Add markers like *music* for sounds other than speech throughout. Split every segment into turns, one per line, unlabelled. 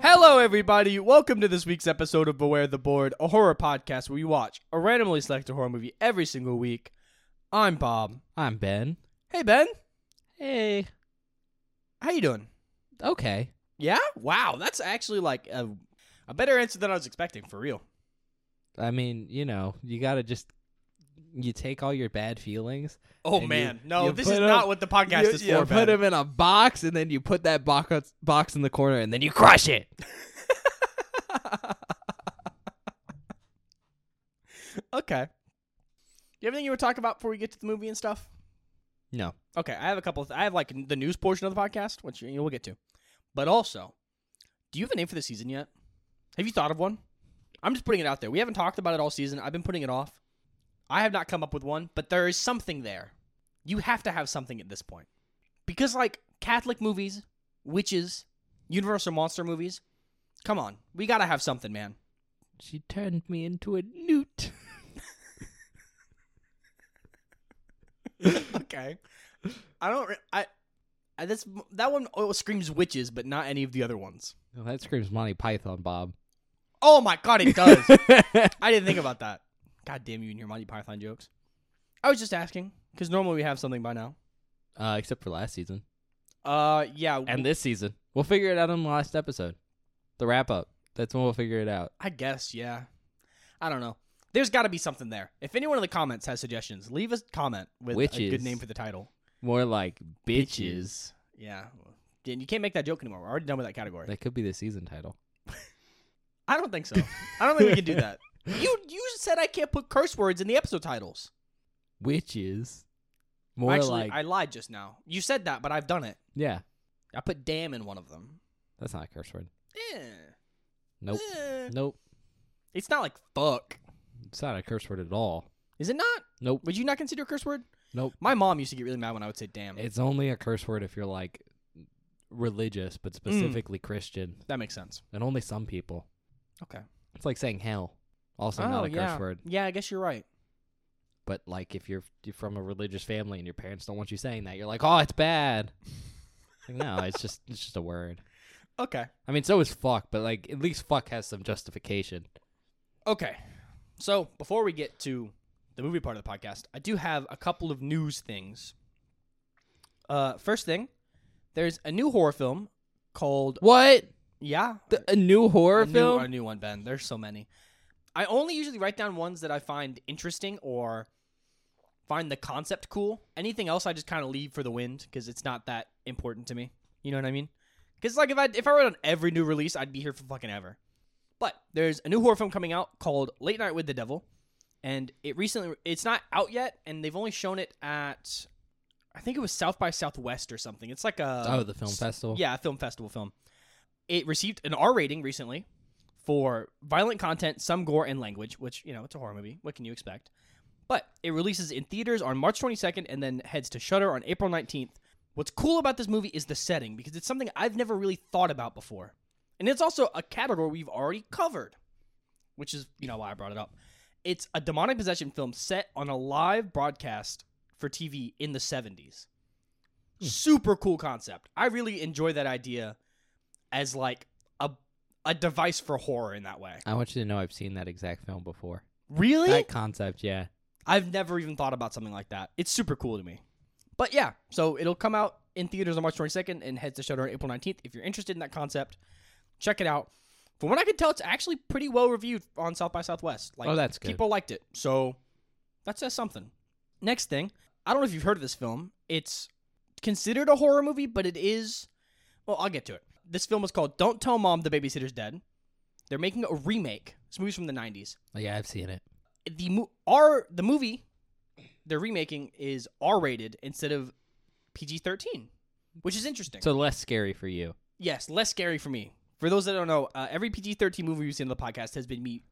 Hello, everybody. Welcome to this week's episode of Beware the Board, a horror podcast where we watch a randomly selected horror movie every single week. I'm Bob.
I'm Ben.
Hey, Ben.
Hey.
How you doing?
Okay.
Yeah? Wow, that's actually like a, a better answer than I was expecting, for real.
I mean, you know, you gotta just you take all your bad feelings.
Oh,
And you-
man. no,
you
this
put
is
up-
not what the podcast
you
is
you
for,
put
Ben.
them in a box, and then you put that box box in the corner, and then you crush it.
okay. You have anything you were talking about before we get to the movie and stuff?
*laughs* No.
Okay, I have a couple. Of I have like the news portion of the podcast, which you know, we'll get to. But also, do you have a name for the season yet? Have you thought of one? I'm just putting it out there. We haven't talked about it all season. I've been putting it off. I have not come up with one, but there is something there. You have to have something at this point. Because, like, Catholic movies, witches, Universal Monster movies, come on. We got to have something, *laughs* man.
She turned me into a newt.
okay. I don't. Re- I. I, this that one oh, screams witches, but not any of the other ones.
Well, that screams Monty Python, *laughs* Bob.
Oh my god, it does. I didn't think about that. God damn you and your Monty Python jokes. I was just asking because normally we have something by now.
*laughs* uh, except for last season
Uh, yeah.
and this season, we'll figure it out on the last episode, the wrap up. That's when we'll figure it out.
I guess yeah. I don't know. There's got to be something there. If anyone in the comments has suggestions, leave a comment with a good
Witches.
name for the title.
More like bitches.
Bitches. Yeah. And you can't make that joke anymore. We're already done with that category.
That could be the season title.
I don't think so. I don't think we can do
*laughs*
that. You you said I can't put curse words in the episode titles.
Witches. More
Actually,
like
I lied just now. You said that, but I've done it.
yeah.
I put damn in one of them.
That's not a curse word.
Eh.
Nope.
Eh.
Nope.
It's not like fuck.
It's not a curse word at all.
Is it not?
Nope.
Would you not consider a curse word?
Nope.
My mom used to get really mad when I would say damn.
It's only a curse word if you're like religious,
Mm.
but specifically Christian,
that makes sense.
and only some people.
Okay.
It's like saying hell. Also not a
Oh, yeah.
curse word,
Yeah, I guess you're right.
but like if you're, you're from a religious family and your parents don't want you saying that, you're like, "Oh, it's bad." Like, no, it's just it's just a word.
Okay.
I mean, so is fuck, but like at least fuck has some justification.
Okay. So before we get to the movie part of the podcast, I do have a couple of news things. Uh, first thing, there's a new horror film called
What?
Yeah.
The, a new horror
a new,
film?
a new one, Ben. There's so many. I only usually write down ones that I find interesting or find the concept cool. Anything else, I just kind of leave for the wind because it's not that important to me. You know what I mean? Because like if I if I wrote on every new release, I'd be here for fucking ever. But there's a new horror film coming out called Late Night with the Devil, and it recently it's not out yet, and they've only shown it at I think it was South by Southwest or something. It's like a
oh, the film festival.
yeah, a film festival film. It received an R rating recently for violent content, some gore and language, which, you know, it's a horror movie. What can you expect? But it releases in theaters on March 22nd and then heads to Shutter on April 19th. What's cool about this movie is the setting because it's something I've never really thought about before. And it's also a category we've already covered, which is, you know, why I brought it up. It's a demonic possession film set on a live broadcast for TV in the 70s super cool concept. I really enjoy that idea as like a a device for horror in that way.
I want you to know I've seen that exact film before.
Really?
That concept, yeah.
I've never even thought about something like that. It's super cool to me. But yeah, so it'll come out in theaters on March 22nd and heads to Shutter on April 19th. If you're interested in that concept, check it out. From what I can tell, it's actually pretty well reviewed on South by Southwest. Like
oh, that's good.
people liked it, so that says something. Next thing, I don't know if you've heard of this film. It's considered a horror movie, but it is. Well, I'll get to it. This film is called "Don't Tell Mom the Babysitter's Dead." They're making a remake. This movie's from the '90s.
yeah, I've seen it.
The mo- R the movie they're remaking is R-rated instead of PG-13, which is interesting.
So less scary for you.
Yes, less scary for me. For those that don't know, uh, every PG-13 movie we've seen on the podcast has been me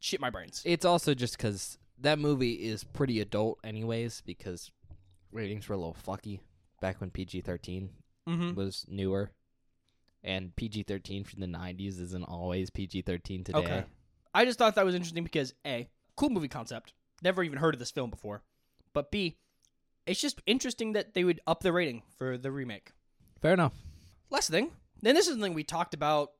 shit my brains.
It's also just because that movie is pretty adult, anyways, because ratings were a little fucky back when PG 13
Mm-hmm.
was newer. And PG 13 from the 90s isn't always PG 13 today.
I just thought that was interesting because A, cool movie concept. Never even heard of this film before. But B, it's just interesting that they would up the rating for the remake.
Fair enough.
Last thing, then this is something we talked about,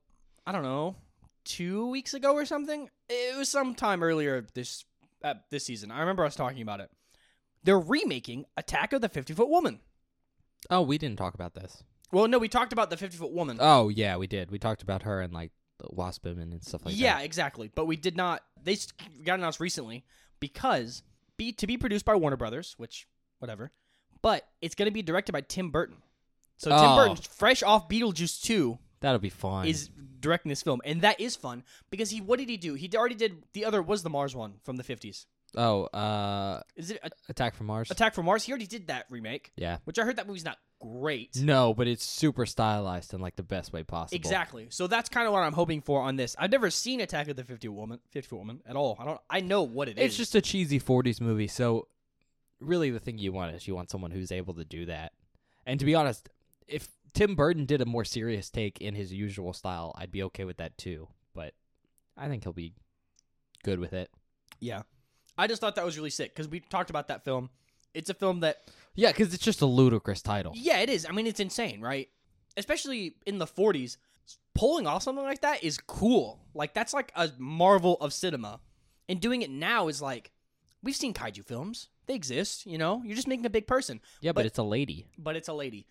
I I don't know, two weeks ago or something. It was sometime earlier this uh, this season. I remember us talking about it. They're remaking Attack of the Fifty Foot Woman.
Oh, we didn't talk about this.
Well, no, we talked about the Fifty Foot Woman.
Oh yeah, we did. We talked about her and like the Wasp Women and stuff like
yeah,
that.
exactly. But we did not. They s- got announced recently because be to be produced by Warner Brothers, which whatever. But it's going to be directed by Tim Burton. So Tim
Oh.
Burton, fresh off Beetlejuice two,
That'll be fun.
is directing this film, and that is fun because he. What did he do? He already did the other was the Mars one from the fifties.
oh, uh,
Is it A-
Attack from Mars.
Attack from Mars? He already did that remake,
yeah.
which I heard that movie's not great.
No, but it's super stylized in like the best way possible.
Exactly. So that's kind of what I'm hoping for on this. I've never seen Attack of the Fifty Woman, Fifty Woman at all. I don't. I know what it
It's
is.
just a cheesy '40s movie. So, really, the thing you want is you want someone who's able to do that. And to be honest, if Tim Burton did a more serious take in his usual style, I'd be okay with that too. But I think he'll be good with it.
Yeah. I just thought that was really sick because we talked about that film. It's a film that,
Yeah, because it's just a ludicrous title.
yeah, it is. I mean, it's insane, right? Especially in the 40s, pulling off something like that is cool. Like, that's like a marvel of cinema. And doing it now is like, we've seen kaiju films. They exist, you know? You're just making a big person,
Yeah, but,
But-
it's a lady.
but it's a lady.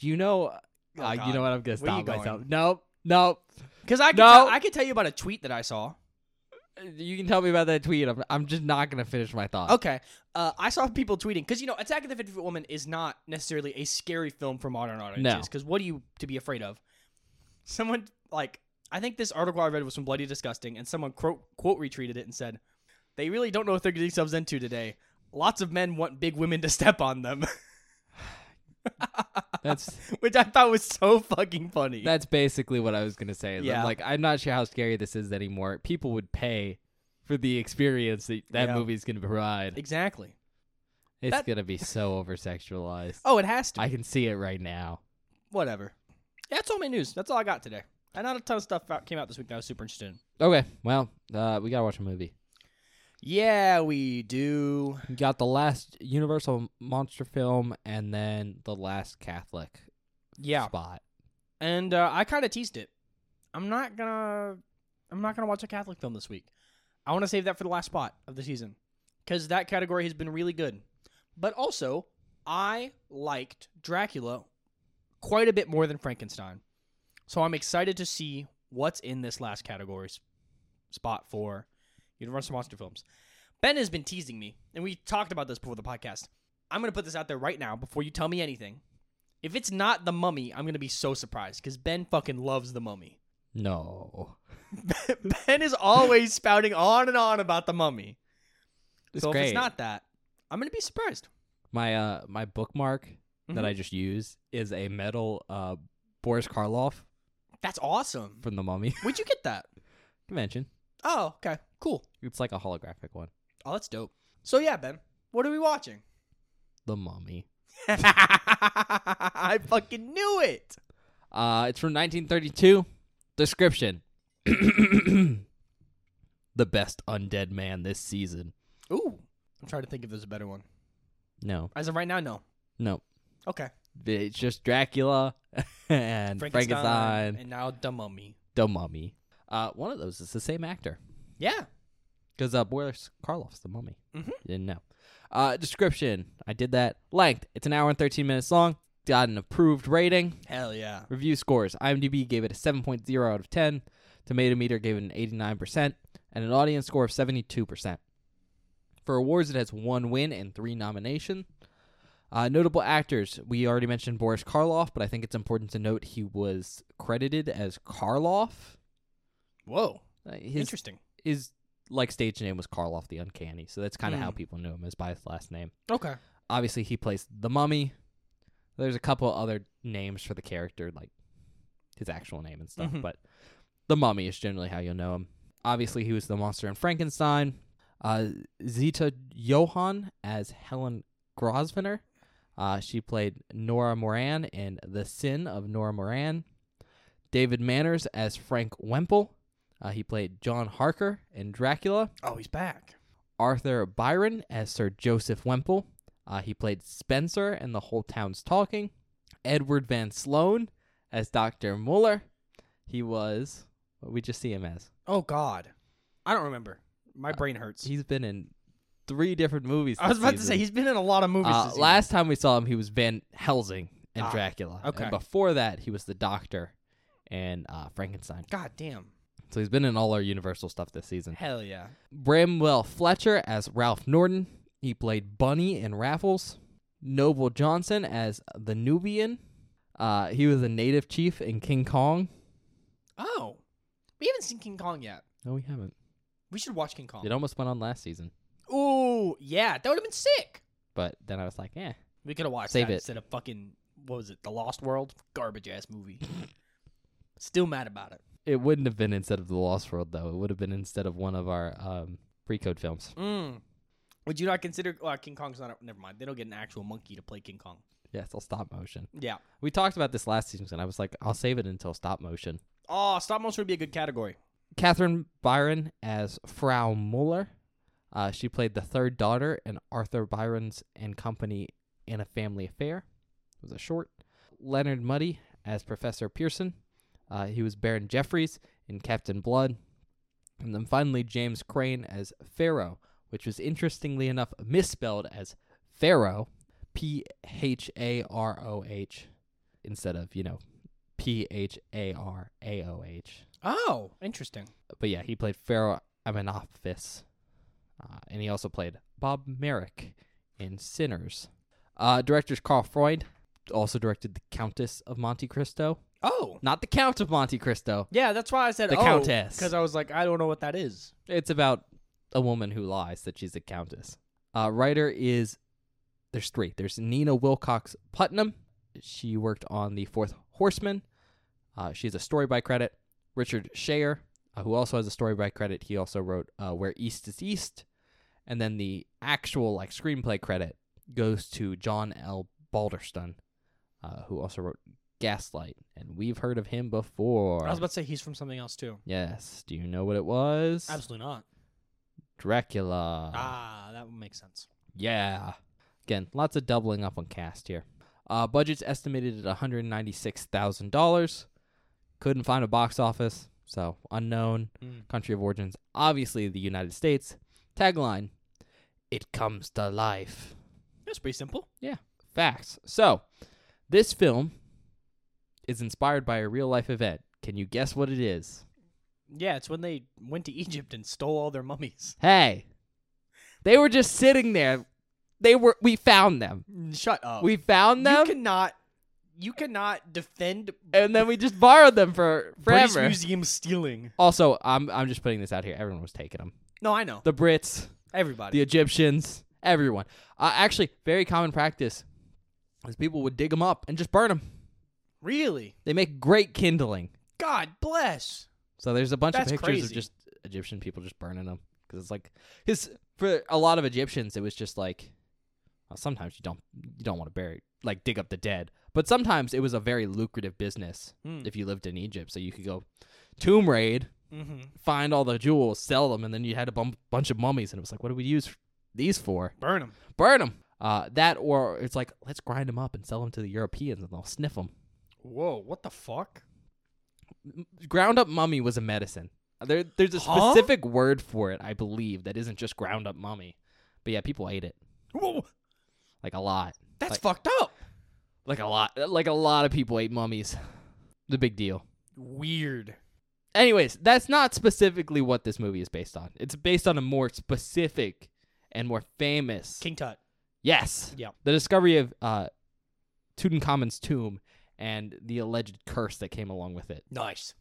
Do you know?
Oh,
uh, you
God.
know what? I'm gonna
Where you
stop myself.
going?
Nope. Nope.
Because I, could
No.
tell- I could tell you about a tweet that I saw.
You can tell me about that tweet. I'm, I'm just not gonna finish my thought.
Okay. Uh, I saw people tweeting because you know Attack of the 50 Foot Woman is not necessarily a scary film for modern
No.
audiences. Because what are you to be afraid of? Someone like I think this article I read was from Bloody Disgusting, and someone quote quote retweeted it and said, "They really don't know what they're getting themselves into today. Lots of men want big women to *laughs* step on them,"
That's
which I thought was so fucking funny.
that's basically what I was gonna say. is I'm
Yeah.
like I'm not sure how scary this is anymore. People would pay for the experience that that
Yeah.
movie's gonna provide.
exactly.
It's
That-
gonna be so over sexualized.
Oh, it has to.
I can see it right now.
Whatever. Yeah, that's all my news. That's all I got today. And not a ton of stuff out, came out this week that I was super interested in.
Okay, well, uh, we gotta watch a movie.
Yeah, we do.
We got the last Universal monster film, and then the last Catholic
Yeah.
spot.
and uh, I kind of teased it. I'm not gonna, I'm not gonna watch a Catholic film this week. I want to save that for the last spot of the season because that category has been really good. But also, I liked Dracula quite a bit more than Frankenstein, so I'm excited to see what's in this last category s- spot for Universal Monster films. Ben has been teasing me, and we talked about this before the podcast. I'm gonna put this out there right now before you tell me anything. If it's not the mummy, I'm gonna be so surprised because Ben fucking loves the mummy. *laughs*
No.
ben is always spouting on and on about the mummy.
It's
so if
great.
it's not that, I'm gonna be surprised.
my uh my bookmark that
Mhm.
I just used is a metal uh Boris Karloff
That's awesome.
from the Mummy *laughs*
Where'd you get that?
convention.
Oh, okay, cool.
It's like a holographic one.
Oh, that's dope. So yeah, Ben, what are we watching? *laughs*
The Mummy.
I fucking knew it.
Uh it's from 1932. Description. *coughs* the best undead man this season.
Ooh, I'm trying to think if there's a better one.
No.
As of right now, no.
No.
Okay,
It's just Dracula *laughs* and Frankenstein,
and now the mummy.
the Mummy. Uh one of those is the same actor.
Yeah.
Because uh, Boris Karloff's the mummy.
Mhm.
You didn't know. Uh, description. I did that. Length. It's an hour and 13 minutes long. Got an approved rating.
Hell yeah.
Review scores. IMDb gave it a 7.0 out of 10. Tomato meter gave it an 89%. And an audience score of 72%. For awards, it has one win and three nomination. Uh, notable actors. We already mentioned Boris Karloff, but I think it's important to note he was credited as Karloff.
Whoa.
Uh, his
Interesting.
his like stage name was Karloff the Uncanny, so that's kind of how
Mm.
people knew him is by his last name.
Okay.
Obviously, he plays the Mummy. There's a couple other names for the character, like his actual name and stuff,
Mhm.
but the Mummy is generally how you'll know him. Obviously, he was the monster in Frankenstein. Uh, Zita Johan as Helen Grosvenor. Uh, she played Nora Moran in The Sin of Nora Moran. David Manners as Frank Wemple. Uh, he played John Harker in Dracula.
Oh, he's back.
Arthur Byron as Sir Joseph Wemple. Uh, he played Spencer in The Whole Town's Talking. Edward Van Sloan as Dr. Muller. He was What we just see him as.
Oh God, I don't remember. My brain hurts.
Uh, He's been in three different movies.
I was
this
about to
season.
say he's been in a lot of movies.
Uh,
this season.
last time we saw him, he was Van Helsing in
Ah,
Dracula.
okay.
And before that, he was the Doctor and uh, Frankenstein.
God damn.
So he's been in all our Universal stuff this season.
Hell yeah.
Bramwell Fletcher as Ralph Norton. He played Bunny in Raffles. Noble Johnson as the Nubian. Uh, he was a native chief in King Kong.
Oh, we haven't seen King Kong yet.
No, we haven't.
We should watch King Kong.
It almost went on last season,
Ooh, yeah, that would have been sick.
but then I was like, eh.
We could have watched
Save
that
it.
instead of fucking what was it, The Lost World? Garbage ass
*laughs*
movie. Still mad about it.
It wouldn't have been instead of The Lost World, though. It would have been instead of one of our um, pre code films.
Mm. Would you not consider well, King Kong's not? A, never mind. They don't get an actual monkey to play King Kong.
Yeah, it's all stop motion.
Yeah.
We talked about this last season, and I was like, I'll save it until stop motion.
Oh, stop motion would be a good category.
Catherine Byron as Frau Muller. Uh, she played the third daughter in Arthur Byron's and Company in a Family Affair. It was a short. Leonard Muddy as Professor Pearson. Uh, he was Baron Jeffries in Captain Blood. And then finally, James Crane as Pharaoh, which was interestingly enough misspelled as Pharaoh, P H A R O H, instead of, you know, P H A R A O H
Oh, interesting.
but yeah, he played Pharaoh Amenophis, uh, and he also played Bob Merrick in Sinners. Uh, directors Carl Freud also directed The Countess of Monte Cristo,
Oh,
not The Count of Monte Cristo.
yeah, that's why I said
The
oh,
Countess.
because I was like, I don't know what that is.
It's about a woman who lies that she's a countess. Uh, writer is there's three. There's Nina Wilcox Putnam. She worked on the Fourth Horseman. Uh, she has a story by credit. Richard Shayer, uh, who also has a story by credit, he also wrote uh, Where East is East, and then the actual like screenplay credit goes to John L. Balderston, uh, who also wrote Gaslight, and we've heard of him before.
I was about to say he's from something else too.
yes. Do you know what it was?
Absolutely not.
Dracula.
ah, that would make sense.
Yeah. Again, lots of doubling up on cast here. Uh, budget's estimated at $196,000. Couldn't find a box office, so unknown.
Mm.
Country of origins, obviously the United States. Tagline It comes to life.
That's pretty simple.
Facts. So, this film is inspired by a real life event. Can you guess what it is?
Yeah, it's when they went to Egypt and stole all their mummies.
Hey, they were just sitting there. They were. We found them.
Mm, Shut up.
We found them.
You cannot. You cannot defend
and then we just borrowed them for
British
forever.
museum stealing.
Also, I'm I'm just putting this out here. Everyone was taking them.
No, I know.
The Brits, the
Everybody.
Egyptians, everyone. Uh, actually, very common practice is people would dig them up and just burn them.
really?
They make great kindling.
God bless.
So there's a bunch
That's
of pictures
crazy.
of just Egyptian people just burning them because it's like because for a lot of Egyptians it was just like well, sometimes you don't you don't want to bury like dig up the dead, but sometimes it was a very lucrative business
Mm.
if you lived in Egypt. So you could go tomb raid,
Mm-hmm.
find all the jewels, sell them, and then you had a bum- bunch of mummies, and it was like, what do we use these for?
Burn them.
Burn them. Uh, that or it's like, let's grind them up and sell them to the Europeans, and they'll sniff them.
Whoa! What the fuck?
Ground up mummy was a medicine. There, there's a
Huh?
specific word for it, I believe, that isn't just ground up mummy. But yeah, people ate it
Whoa!
like a lot,
That's
Like-
fucked up.
like a lot, like a lot of people ate mummies. The big deal.
Weird.
Anyways, that's not specifically what this movie is based on. It's based on a more specific and more famous.
King Tut.
Yes.
Yeah.
The discovery of uh, Tutankhamen's tomb and the alleged curse that came along with it
*laughs* Nice.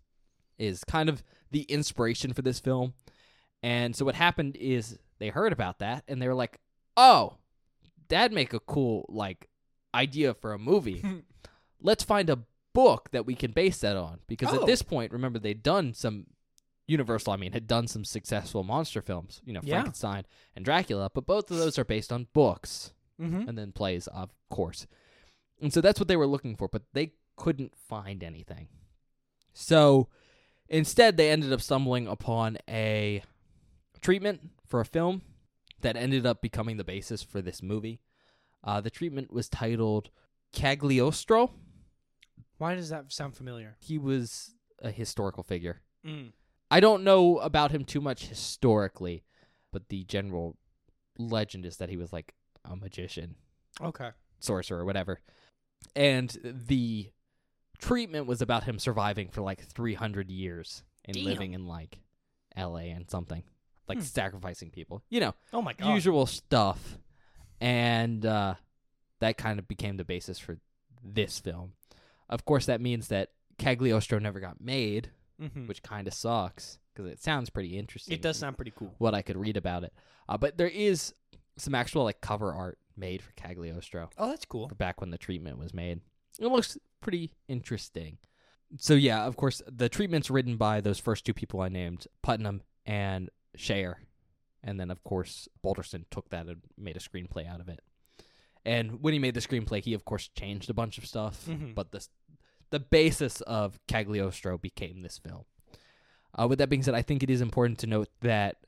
is kind of the inspiration for this film. And so what happened is they heard about that and they were like, "Oh, that'd make a cool like idea for
*laughs*
a movie.
Mm-hmm.
Let's find a book that we can base that on." Because
Oh.
at this point, remember they'd done some Universal, I mean, had done some successful monster films, you know,
Yeah.
Frankenstein and Dracula, but both of those are based on books
Mm-hmm.
and then plays, of course. And so that's what they were looking for, but they couldn't find anything. So instead, they ended up stumbling upon a treatment for a film that ended up becoming the basis for this movie. Uh, the treatment was titled Cagliostro.
Why does that sound familiar?
He was a historical figure
Mm.
I don't know about him too much historically, but the general legend is that he was like a magician,
Okay.
sorcerer, whatever. And the treatment was about him surviving for like 300 years and
Damn.
living in like LA and something, like
Hmm.
sacrificing people, you know,
Oh my god.
usual stuff. And uh, that kind of became the basis for this film. Of course, that means that Cagliostro never got made
Mhm.
which kind of sucks because it sounds pretty interesting.
It does
from
sound pretty cool.
what I could read about it, uh, but there is some actual like cover art made for Cagliostro
Oh, that's cool.
for back when the treatment was made. It looks pretty interesting. So yeah, of course, the treatment's written by those first two people I named, Putnam and Shayer, and then of course Balderson took that and made a screenplay out of it. And when he made the screenplay, he of course changed a bunch of stuff,
Mhm.
but the the basis of Cagliostro became this film. Uh, with that being said, I think it is important to note that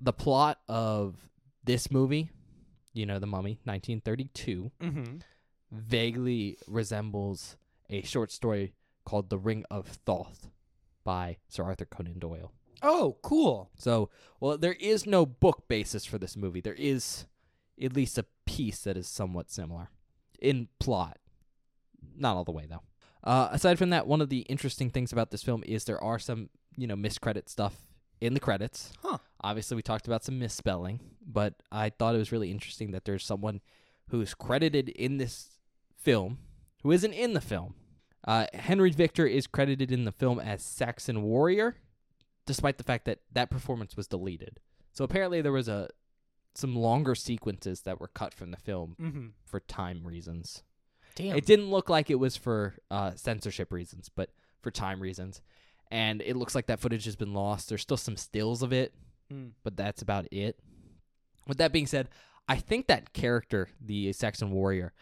the plot of this movie, you know, The Mummy, 1932,
Mm-hmm.
vaguely resembles a short story called The Ring of Thoth by Sir Arthur Conan Doyle.
Oh, cool.
So, well, there is no book basis for this movie. There is at least a piece that is somewhat similar in plot. Not all the way, though. Uh, aside from that, one of the interesting things about this film is there are some, you know, miscredit stuff in the credits.
Huh.
Obviously, we talked about some misspelling, but I thought it was really interesting that there's someone who's credited in this film who isn't in the film. Uh, Henry Victor is credited in the film as Saxon Warrior despite the fact that that performance was deleted. So apparently there was a some longer sequences that were cut from the film
Mm-hmm.
for time reasons.
Damn.
It didn't look like it was for uh, censorship reasons, but for time reasons. And it looks like that footage has been lost. There's still some stills of it,
Mm.
but that's about it. With that being said, I think that character, the Saxon warrior,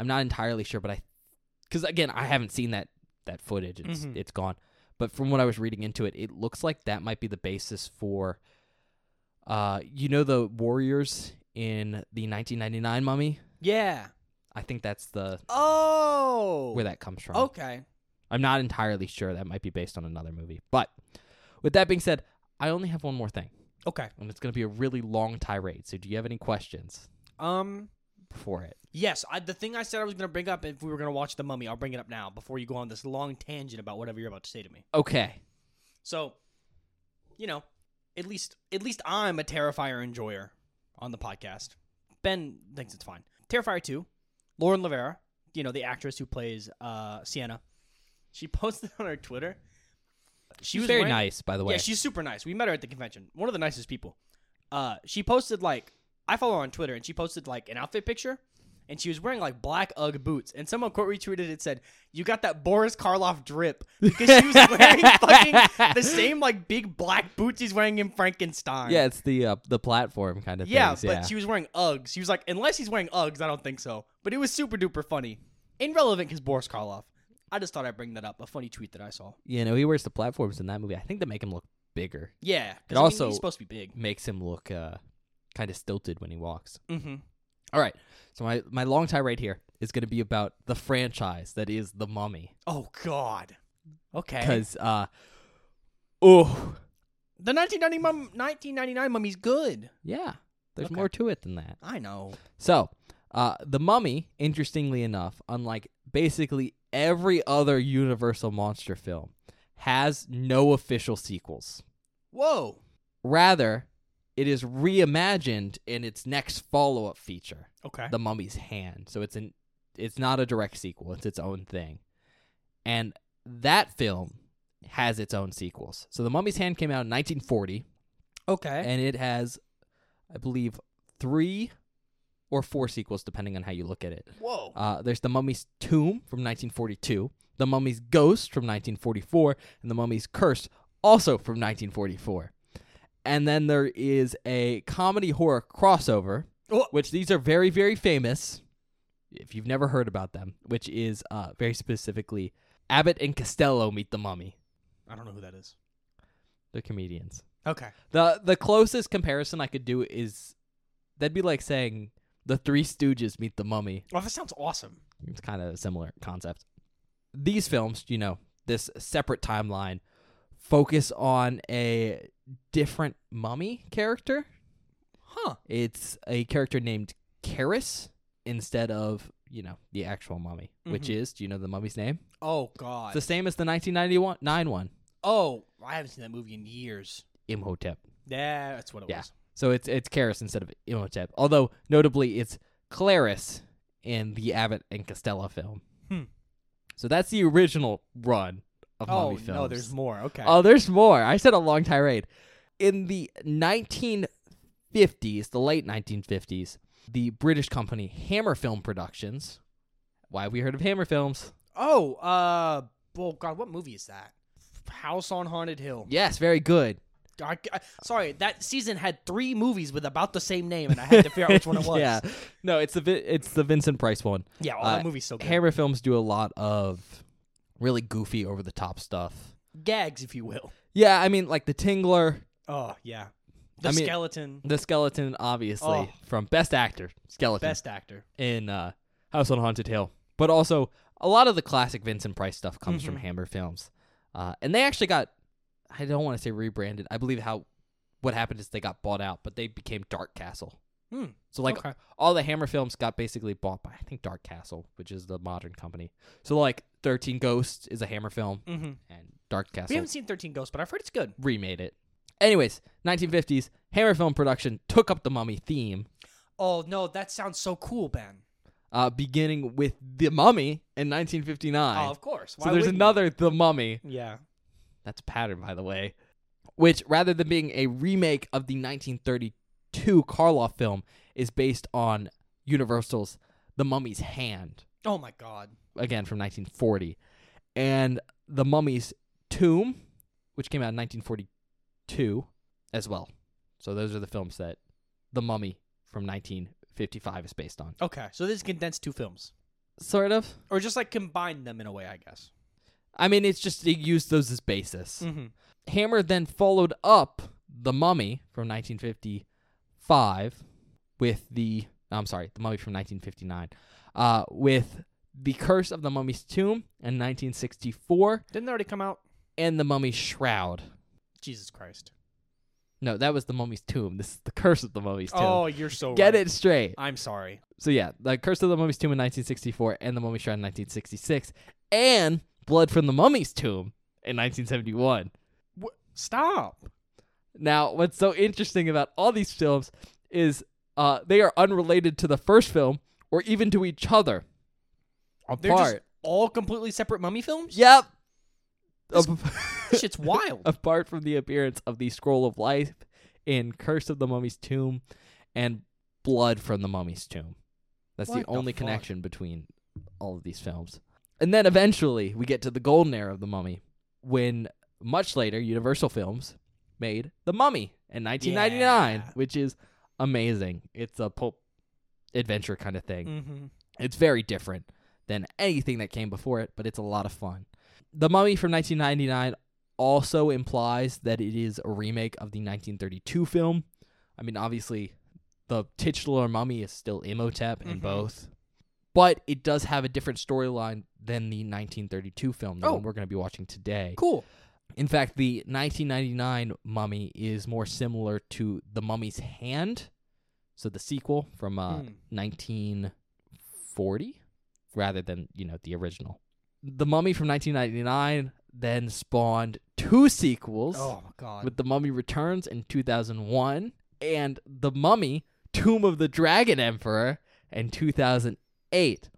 I'm not entirely sure, but I, because again, I haven't seen that that footage. It's
Mhm.
it's gone. But from what I was reading into it, it looks like that might be the basis for, uh, you know, the warriors in the 1999 Mummy.
Yeah.
I think that's the
Oh.
where that comes from.
Okay.
I'm not entirely sure. That might be based on another movie. But with that being said, I only have one more thing,
Okay.
and it's going to be a really long tirade. So, do you have any questions
Um.
before it?
Yes, I, the thing I said I was going to bring up if we were going to watch The Mummy, I'll bring it up now before you go on this long tangent about whatever you're about to say to me.
Okay.
So, you know, at least at least I'm a Terrifier enjoyer on the podcast. Ben thinks it's fine. Terrifier 2, Lauren Lavera, you know, the actress who plays uh Sienna. She *laughs* posted on her Twitter. She
She's very
wearing-
nice, by the way.
Yeah, she's super nice. We met her at the convention. One of the nicest people. Uh, she posted like I follow her on Twitter, and she posted like an outfit picture, and she was wearing like black UGG boots. And someone quote retweeted it said, "You got that Boris Karloff
*laughs*
drip," because she was wearing fucking the same like big black boots he's wearing in Frankenstein.
yeah, it's the uh, the platform kind of
Yeah,
things.
but she was wearing Uggs. She was like, unless he's wearing Uggs, I don't think so. But it was super duper funny. Irrelevant because Boris Karloff. I just thought I'd bring that up. A funny tweet that I saw.
you know, he wears the platforms in that movie. I think that make him look bigger,
Yeah. 'cause, I mean,
also-
he's supposed to be big.
makes him look uh, kind of stilted when he walks.
Mm-hmm.
All right, so my my long tirade here is going to be about the franchise that is the Mummy,
Oh God. Okay.
because uh, oh
the 1990 mum, 1999 mummy's good.
yeah, there's
Okay.
more to it than that.
I know.
So, uh, the Mummy, interestingly enough, unlike basically every other Universal monster film, has no official sequels.
Whoa.
Rather, it is reimagined in its next follow-up feature,
Okay.
The Mummy's Hand. So it's an it's not a direct sequel, it's its own thing. And that film has its own sequels. So The Mummy's Hand came out in 1940
okay.
and it has I believe 3 or 4 sequels depending on how you look at it.
Whoa.
Uh, there's The Mummy's Tomb from 1942, The Mummy's Ghost from 1944, and The Mummy's Curse also from 1944. And then there is a comedy horror crossover,
Oh.
which these are very, very famous, if you've never heard about them, which is uh, very specifically Abbott and Costello Meet the Mummy.
I don't know who that is.
They're comedians.
Okay.
The, the closest comparison I could do is that'd be like saying The Three Stooges Meet the Mummy.
Well, Oh, that sounds awesome.
It's kind of a similar concept. These films, you know, this separate timeline focus on a different mummy character.
Huh.
It's a character named Karis instead of, you know, the actual mummy, which
Mhm.
is, do you know the mummy's name?
Oh
It's
God.
the same as the 1991 nine one,
oh, I haven't seen that movie in years.
Imhotep.
Yeah, that's what it
Yeah.
was.
So it's it's Karis instead of Imhotep. Although notably, it's Clarice in the Abbott and Costello film.
Hmm.
So that's the original run of
Oh
mummy films.
no, there's more. Okay.
Oh, there's more. I said a long tirade. In the 1950s, the late 1950s, the British company Hammer Film Productions. Why have we heard of Hammer Films?
oh, uh, well, God, what movie is that? House on Haunted Hill.
Yes, very good.
I, I- sorry, that season had three movies with about the same name, and I had to figure out Oh, which one
*laughs*
it was.
yeah, no, it's the Vi- it's the Vincent Price one.
yeah. Oh,
Uh,
that movie's so good.
Hammer Films do a lot of really goofy, over the top stuff.
Gags, if you will.
Yeah, I mean like the Tingler,
Oh yeah. The
I mean-
skeleton,
the Skeleton, obviously
Oh.
from Best Actor Skeleton.
best actor.
in uh, House on Haunted Hill, but also a lot of the classic Vincent Price stuff comes from
Mhm.
Hammer Films, uh, and they actually got I don't want to say rebranded. I believe how what happened is they got bought out, but they became Dark Castle.
Hmm.
So like
okay.
all the Hammer films got basically bought by I think Dark Castle, which is the modern company. So like Thirteen Ghosts is a Hammer film,
Mm-hmm.
and Dark
We
Castle
haven't seen Thirteen Ghosts, but I've heard it's good.
remade it. Anyways, 1950s Hammer film production took up the Mummy theme.
Oh no, that sounds so cool, Ben.
Uh, beginning with The Mummy in 1959.
Oh, of course.
So
Why
there's
wouldn't you?
another The Mummy.
Yeah.
That's a pattern, by the way. Which, rather than being a remake of the 1932 Karloff film, is based on Universal's The Mummy's Hand,
Oh my God.
again from 1940, and The Mummy's Tomb, which came out in 1942 as well. So those are the films that The Mummy from 1955 is based on.
Okay, so this condensed two films,
Sort of.
or just like combined them in a way, I guess.
I mean, it's just, they used those as basis.
Mm-hmm.
Hammer then followed up The Mummy from 1955 with the I'm sorry, The Mummy from 1959 uh, with The Curse of the Mummy's Tomb in 1964
Didn't they already come out?
and The Mummy's Shroud.
Jesus Christ.
No, that was The Mummy's Tomb. This is The Curse of the Mummy's Tomb.
Oh, you're so
Get
right.
it straight.
I'm sorry.
So yeah, The Curse of the Mummy's Tomb in 1964 and The Mummy's Shroud in 1966 and Blood from the Mummy's Tomb in 1971.
Wh- Stop.
Now, what's so interesting about all these films is uh, they are unrelated to the first film or even to each other.
They're just
Apart.
all completely separate mummy films.
Yep.
This-
Ap-
This
*laughs*
shit's wild.
Apart from the appearance of the Scroll of Life in Curse of the Mummy's Tomb and Blood from the Mummy's Tomb. That's
What
the
the
only
fuck?
connection between all of these films. And then eventually we get to the golden era of the mummy when much later Universal Films made The Mummy in 1999,
Yeah.
which is amazing. It's a pulp adventure kind of thing.
mm-hmm.
It's very different than anything that came before it, but it's a lot of fun. The Mummy from 1999 also implies that it is a remake of the 1932 film. I mean, obviously, the titular mummy is still Imhotep in
Mhm.
both, but it does have a different storyline than the 1932 film, the
Oh.
one we're going to be watching today.
Cool.
In fact, the 1999 Mummy is more similar to The Mummy's Hand, so the sequel from uh,
Mm.
1940 rather than, you know, the original. The Mummy from 1999 then spawned two sequels
Oh my God.
with The Mummy Returns in 2001 and The Mummy Tomb of the Dragon Emperor in 2008.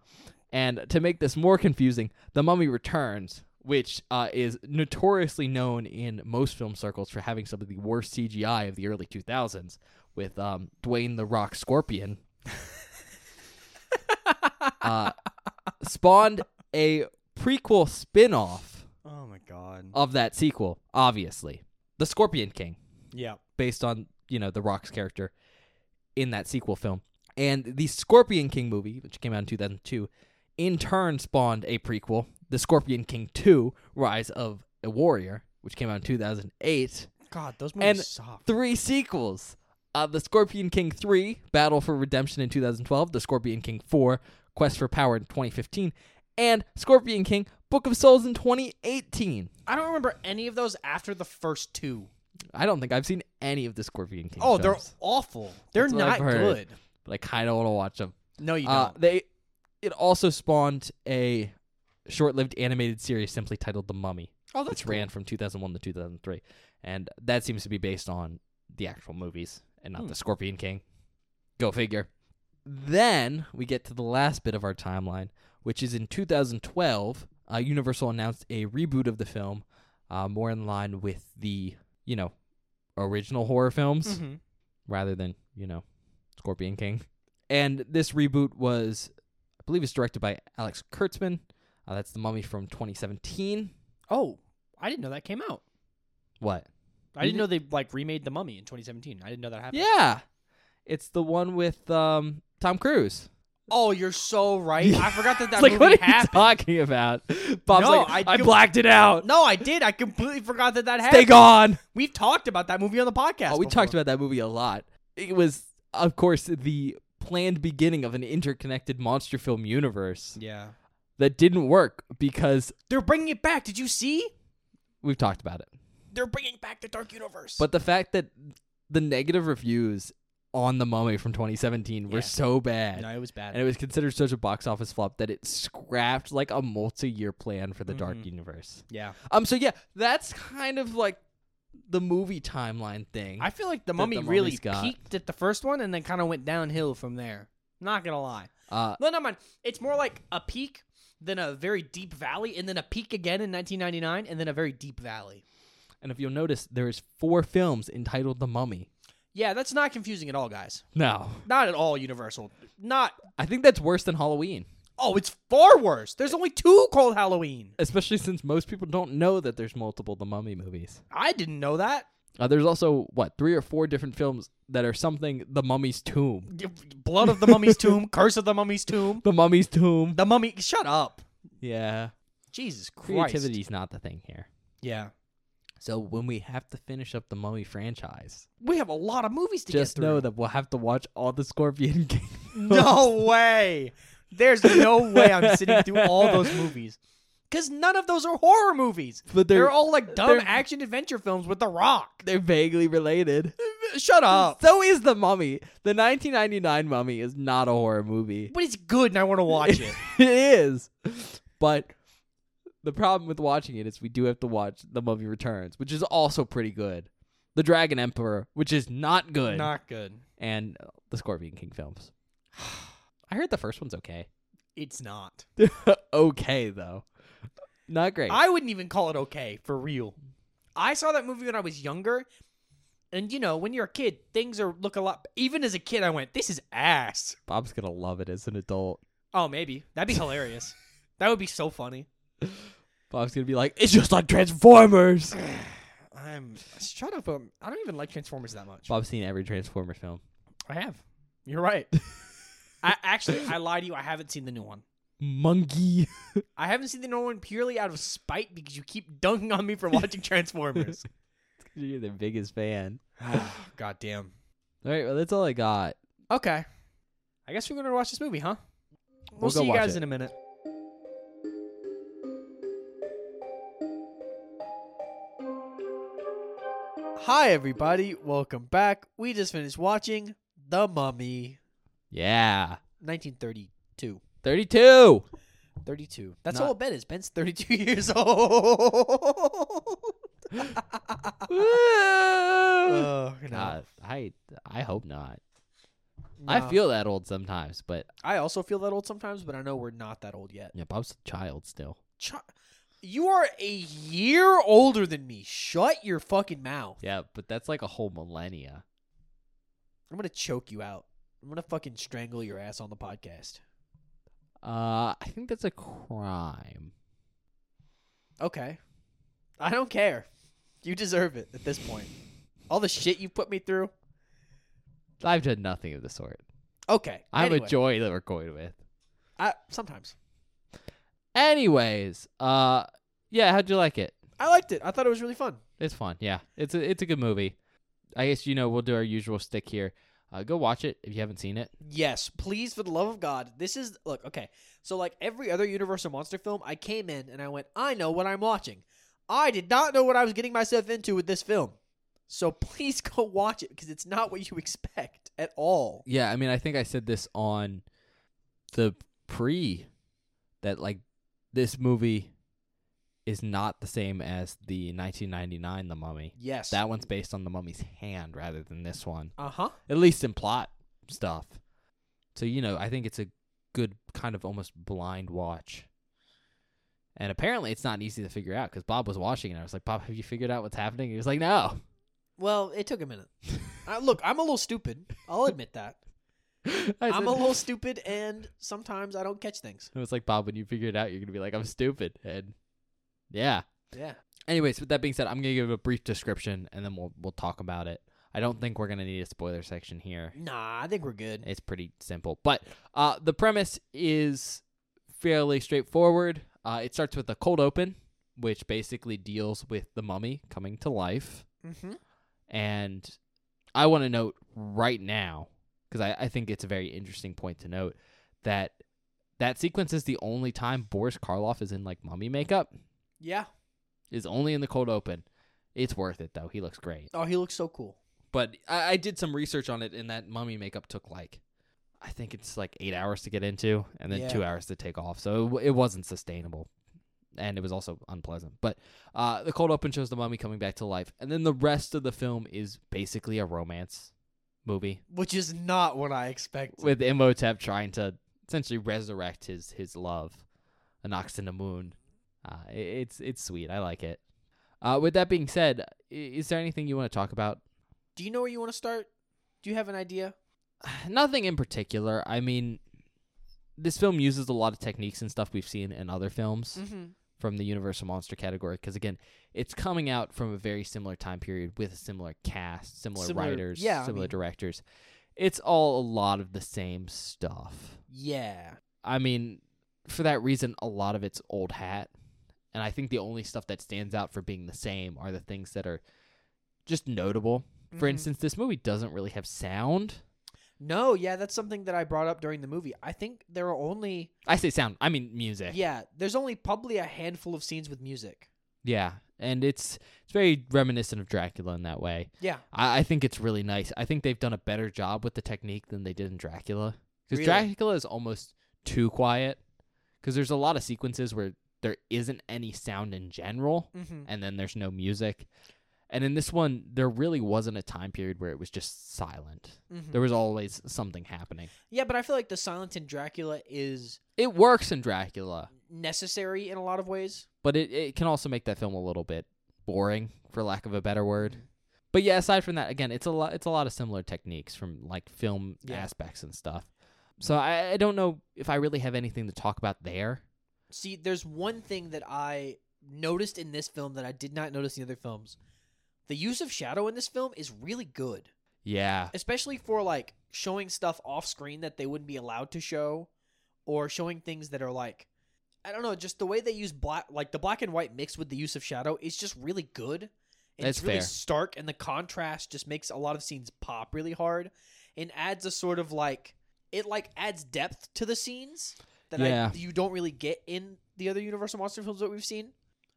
And to make this more confusing, The Mummy Returns, which uh, is notoriously known in most film circles for having some of the worst CGI of the early 2000s, with um, Dwayne the Rock Scorpion, uh, spawned a prequel spin off
oh my God.
of that sequel, obviously. The Scorpion King.
yeah.
based on you know the Rock's character in that sequel film. And the Scorpion King movie, which came out in 2002, in turn spawned a prequel, The Scorpion King 2: Rise of a Warrior, which came out in 2008.
God, those movies
And-
suck.
Three sequels: uh, The Scorpion King 3: Battle for Redemption in 2012, The Scorpion King 4: Quest for Power in 2015, and Scorpion King: Book of Souls in 2018.
I don't remember any of those after the first two.
I don't think I've seen any of the Scorpion King.
Oh, they're
films,
awful. They're
That's what
not
I've heard.
good.
but I kind of want to watch them.
No, you
Uh,
don't.
they it also spawned a short-lived animated series simply titled The Mummy,
Oh, that's
which
cool.
ran from 2001 to 2003, and that seems to be based on the actual movies and not
Hmm.
the Scorpion King. Go figure. Then we get to the last bit of our timeline, which is in 2012. Uh, Universal announced a reboot of the film, uh, more in line with the you know original horror films
Mhm.
rather than you know Scorpion King. And this reboot was, I believe, it's directed by Alex Kurtzman. Uh, that's the Mummy from 2017.
Oh, I didn't know that came out.
What?
I
You
didn't know they like remade the Mummy in 2017. I didn't know that happened.
Yeah, it's the one with um, Tom Cruise.
Oh, you're so right. I forgot
*laughs*
that that
It's like,
movie
what are you
happened.
talking *laughs* about? Bob's
No,
like,
I
I,
do-
blacked it out.
No, I did. I completely forgot that that
Stay
happened.
gone.
We've talked about that movie on the podcast.
Oh, we
before.
talked about that movie a lot. It was, of course, the planned beginning of an interconnected monster film universe
Yeah,
that didn't work because
they're bringing it back. Did you see?
we've talked about it.
They're bringing back the Dark Universe.
But the fact that the negative reviews on the mummy from 2017
Yeah.
were so bad,
no, it was bad.
and it was considered such a box office flop that it scrapped like a multi-year plan for the Dark Universe.
yeah,
Um, so yeah, that's kind of like the movie timeline thing.
I feel like the Mummy
the
really
Mummy's got.
peaked at the first one and then kind of went downhill from there. Not gonna lie.
uh,
No, no, man. It's more like a peak, then a very deep valley, and then a peak again in 1999, and then a very deep valley.
and if you'll notice, there is four films entitled The Mummy.
Yeah, that's not confusing at all, guys.
No,
Not at all universal. Not.
I think that's worse than Halloween,
Oh, it's far worse. There's only two called Halloween.
especially since most people don't know that there's multiple The Mummy movies.
I didn't know that.
Uh, there's also what three or four different films that are something The Mummy's Tomb.
Blood of the
*laughs*
Mummy's Tomb, Curse of the Mummy's Tomb,
The Mummy's Tomb.
The Mummy. Shut up.
Yeah.
Jesus Christ.
Creativity's not the thing here.
Yeah.
So when we have to finish up the Mummy franchise,
We have a lot of movies to
just
get through.
know that we'll have to watch all the Scorpion *laughs* King.
*laughs* No way. There's no way I'm sitting through all those movies. Because none of those are horror movies.
But
They're,
they're,
all like dumb
they're-
action adventure films with The Rock.
they're vaguely related.
*laughs* Shut up.
So is the Mummy. The 1999 Mummy is not a
*laughs*
horror movie.
But it's good and I want to watch it.
it is, but the problem with watching it is we do have to watch the Mummy Returns, which is also pretty good. The Dragon Emperor, which is not
*laughs*
good,
Not good.
and uh, the Scorpion King films. *sighs* I heard the first one's okay.
It's not.
*laughs* okay though. Not great.
I wouldn't even call it okay, for real. I saw that movie when I was younger. And you know, when you're a kid, things are look a lot. Even as a kid, I went, "This is ass."
Bob's gonna love it as an adult.
Oh, maybe that'd be *laughs* hilarious. that would be so funny.
Bob's gonna be like, it's just like *laughs* Transformers.
I'm shut up. Um, I don't even like Transformers that much.
Bob's seen every Transformer film.
I have. You're right. I actually, I lied to you. I haven't seen the new one.
Monkey. *laughs*
I haven't seen the new one purely out of spite because you keep dunking on me for watching Transformers.
You're the biggest fan.
God damn.
All right, well that's all I got.
Okay. I guess we're gonna watch this movie, huh? We'll,
We'll go
see you
watch
guys
it.
in a minute. Hi everybody, welcome back. We just finished watching The Mummy,
Yeah.
1932.
*laughs* Thirty-two.
32. That's
Not-
how old Ben is. Ben's 32 *laughs* years
*laughs* Oh,
old.
God,
Oh, no.
I I hope not.
No.
I feel that old sometimes, but
I also feel that old sometimes, but I know we're not that old yet.
yeah, Bob's a child still.
Ch- you are a year older than me. Shut your fucking mouth.
Yeah, but that's like a whole millennia.
I'm gonna choke you out. I'm gonna fucking strangle your ass on the podcast.
Uh, I think that's a crime.
Okay. I don't care. You deserve it at this point. All the shit you put me through.
I've done nothing of the sort.
Okay.
I'm
anyway,
a joy to record with.
I, sometimes.
Anyways, uh, yeah, how'd you like it?
I liked it. I thought it was really fun.
It's fun. Yeah, it's a it's a good movie. I guess you know we'll do our usual stick here. Uh, go watch it if you haven't seen it.
Yes, please, for the love of God. This is look, okay. So like every other Universal Monster film, I came in and I went, I know what I'm watching. I did not know what I was getting myself into with this film. So *laughs* please go watch it because it's not what you expect at all.
Yeah, I mean, I think I said this on the pre that like this movie is not the same as the 1999 The Mummy.
Yes.
That one's based on the mummy's hand rather than this one,
Uh huh.
at least in plot stuff. So you know, I think it's a good kind of almost blind watch. And apparently, it's not easy to figure out because Bob was watching it. I was like, Bob, have you figured out what's happening? He was like, No. *laughs*
Well, it took a minute. I, look, I'm a little stupid. I'll admit that.
I
I'm
said-
a
*laughs*
little stupid, and sometimes I don't catch things.
It was like, Bob, when you figure it out, you're gonna be like, I'm stupid. And yeah.
Yeah.
Anyways, with that being said, I'm gonna give a brief description and then we'll we'll talk about it. I don't think we're gonna need a spoiler section here.
Nah, I think we're good.
It's pretty simple. But uh the premise is fairly straightforward. Uh it starts with a cold open, which basically deals with the mummy coming to life.
Mm-hmm.
And I want to note right now, because I, I think it's a very interesting point to note, that that sequence is the only time Boris Karloff is in like mummy makeup,
Yeah.
is only in the cold open. It's worth it though. He looks great.
Oh, he looks so cool.
But I, I did some research on it, and that mummy makeup took like, I think it's like eight hours to get into, and then
Yeah.
two hours to take off. So it, w- it wasn't sustainable, and it was also unpleasant. But uh, the cold open shows the mummy coming back to life, and then the rest of the film is basically a romance movie
Which is not what I expected.
with Imhotep trying to essentially resurrect his his love, Anoxina Moon. Uh, i- it's it's sweet. I like it. Uh, with that being said, i- is there anything you want to talk about?
Do you know where you want to start? Do you have an idea?
*sighs* Nothing in particular. I mean, this film uses a lot of techniques and stuff we've seen in other films
Mm-hmm.
from the Universal Monster category. Because again, it's coming out from a very similar time period with a similar cast, similar,
Similar-
writers,
yeah, I
similar
mean-
directors. It's all a lot of the same stuff.
Yeah.
I mean, for that reason, a lot of it's old hat. And I think the only stuff that stands out for being the same are the things that are just notable. For
Mhm.
instance, this movie doesn't really have sound.
No, yeah, that's something that I brought up during the movie. I think there are only
I say sound, I mean music.
yeah, there's only probably a handful of scenes with music.
Yeah. And it's it's very reminiscent of Dracula in that way.
Yeah.
I, I think it's really nice. I think they've done a better job with the technique than they did in Dracula. Because
Really?
Dracula is almost too quiet. Because there's a lot of sequences where there isn't any sound in general.
Mm-hmm.
and then there's no music. And in this one, there really wasn't a time period where it was just silent.
Mm-hmm. Hmm.
There was always something happening.
Yeah, but I feel like the silence in Dracula is
It works in Dracula,
necessary in a lot of ways.
but it, it can also make that film a little bit boring, for lack of a better word. But yeah, aside from that, again, it's a lot it's a lot of similar techniques from like film
Yeah.
aspects and stuff. So I, I don't know if I really have anything to talk about there.
See, there's one thing that I noticed in this film that I did not notice in the other films. The use of shadow in this film is really good,
Yeah.
especially for like showing stuff off screen that they wouldn't be allowed to show or showing things that are like I don't know, just the way they use black like the black and white mixed with the use of shadow is just really good. And
That's
it's really
fair.
stark and the contrast just makes a lot of scenes pop really hard and adds a sort of like it like adds depth to the scenes that
Yeah.
I, you don't really get in the other Universal Monster films that we've seen.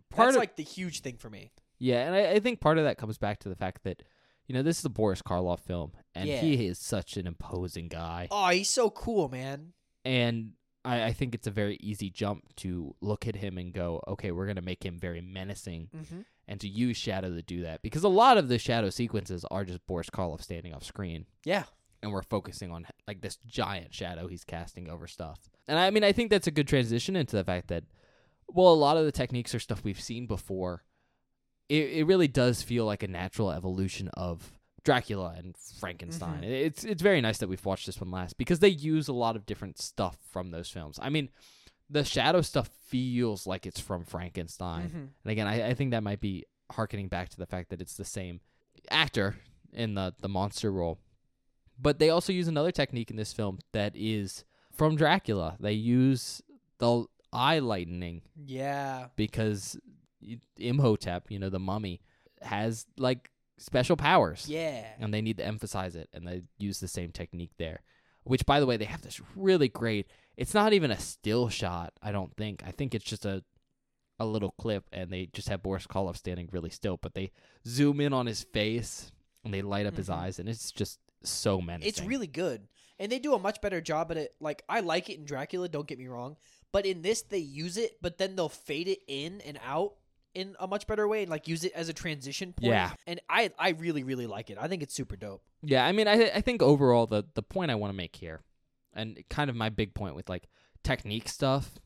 Part
That's
of-
like the huge thing for me.
Yeah, and I, I think part of that comes back to the fact that, you know, this is a Boris Karloff film, and
Yeah.
he is such an imposing guy.
Oh, he's so cool, man.
And I, I think it's a very easy jump to look at him and go, okay, we're going to make him very menacing,
Mm-hmm.
and to use Shadow to do that. Because a lot of the Shadow sequences are just Boris Karloff standing off screen,
Yeah.
and we're focusing on, like, this giant shadow he's casting over stuff. And I mean, I think that's a good transition into the fact that, well, a lot of the techniques are stuff we've seen before, it, it really does feel like a natural evolution of Dracula and Frankenstein.
Mhm.
It- It's it's very nice that we've watched this one last because they use a lot of different stuff from those films. I mean, the shadow stuff feels like it's from Frankenstein,
Mhm.
and again, I, I think that might be harkening back to the fact that it's the same actor in the the monster role. But they also use another technique in this film that is from Dracula. They use the eye lightening
Yeah.
because Imhotep, you know, the mummy, has like special powers.
Yeah.
and they need to emphasize it and they use the same technique there which by the way they have this really great it's not even a still shot i don't think i think it's just a a little clip and they just have boris karloff standing really still but they zoom in on his face and they light up his
Mhm.
eyes and it's just so menacing
It's really good, and they do a much better job at it. Like I like it in Dracula. Don't get me wrong, but in this they use it, but then they'll fade it in and out in a much better way, and like use it as a transition point.
Yeah.
and I I really really like it. I think it's super dope.
Yeah, I mean, I I think overall the the point I want to make here, and kind of my big point with like technique stuff,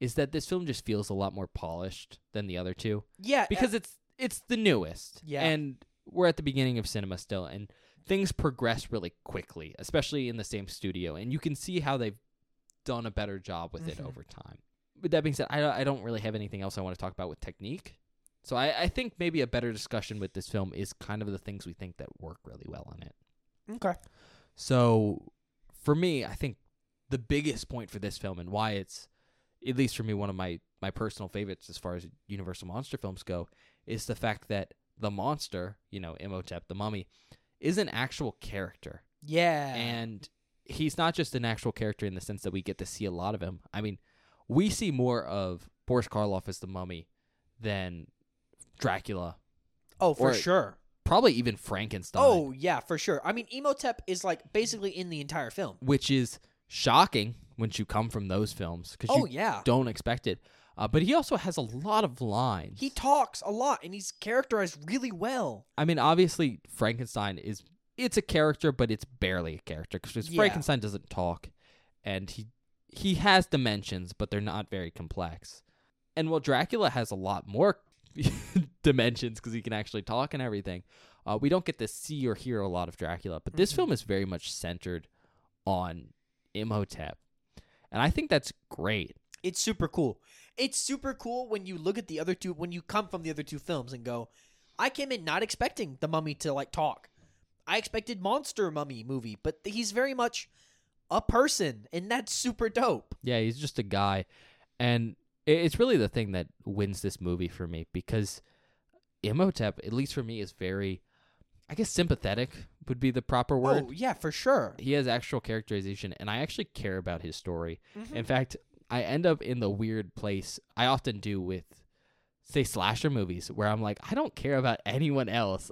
is that this film just feels a lot more polished than the other two
Yeah, uh,
because it's it's the newest.
Yeah.
and we're at the beginning of cinema still, and things progress really quickly, especially in the same studio, and you can see how they've done a better job with it
Mhm.
over time. But that being said, I don't- I don't really have anything else I want to talk about with technique. So I, I think maybe a better discussion with this film is kind of the things we think that work really well on it.
Okay.
So for me, I think the biggest point for this film and why it's at least for me one of my my personal favorites as far as universal monster films go is the fact that the monster, you know, Imhotep, the mummy, is an actual character.
yeah,
And he's not just an actual character in the sense that we get to see a lot of him. I mean, we see more of Boris Karloff as the mummy than Dracula,
oh for
or-
sure.
probably even Frankenstein.
Oh yeah, for sure. I mean, Emotep is like basically in the entire film.
which is shocking once you come from those films because
Oh
you
yeah,
don't expect it. Uh, but he also has a lot of lines.
he talks a lot, and he's characterized really well.
I mean, obviously Frankenstein is it's a character, but it's barely a character because
Yeah.
Frankenstein doesn't talk, and he he has dimensions, but they're not very complex. And while Dracula has a lot more *laughs* dimensions because he can actually talk and everything, uh, we don't get to see or hear a lot of Dracula. But this
Mhm.
film is very much centered on Imhotep, and I think that's great.
It's super cool. It's super cool when you look at the other two when you come from the other two films and go, I came in not expecting the mummy to like talk. I expected monster mummy movie, but th- he's very much a person, and that's super dope.
Yeah, he's just a guy, and i- it's really the thing that wins this movie for me because Imhotep, at least for me, is very, I guess, sympathetic would be the proper word.
Oh yeah, for sure.
He has actual characterization, and I actually care about his story. In fact, I end up in the weird place I often do with, say, slasher movies, where I'm like, I don't care about anyone else.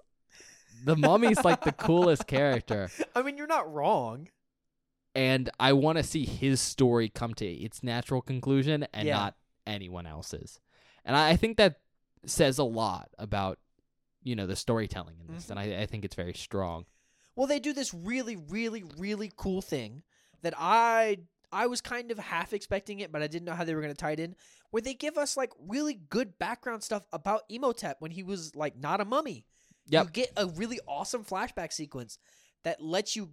The mummy's like the coolest character
I mean, you're not wrong.
and I want to see his story come to its natural conclusion and
Yeah.
not anyone else's. And I, I think that says a lot about you know the storytelling in this, and
Mm-hmm.
I, I think it's very strong.
Well, they do this really, really, really cool thing that I I was kind of half expecting it, but I didn't know how they were going to tie it in. Where they give us like really good background stuff about Emotep when he was like not a mummy.
Yep.
You get a really awesome flashback sequence that lets you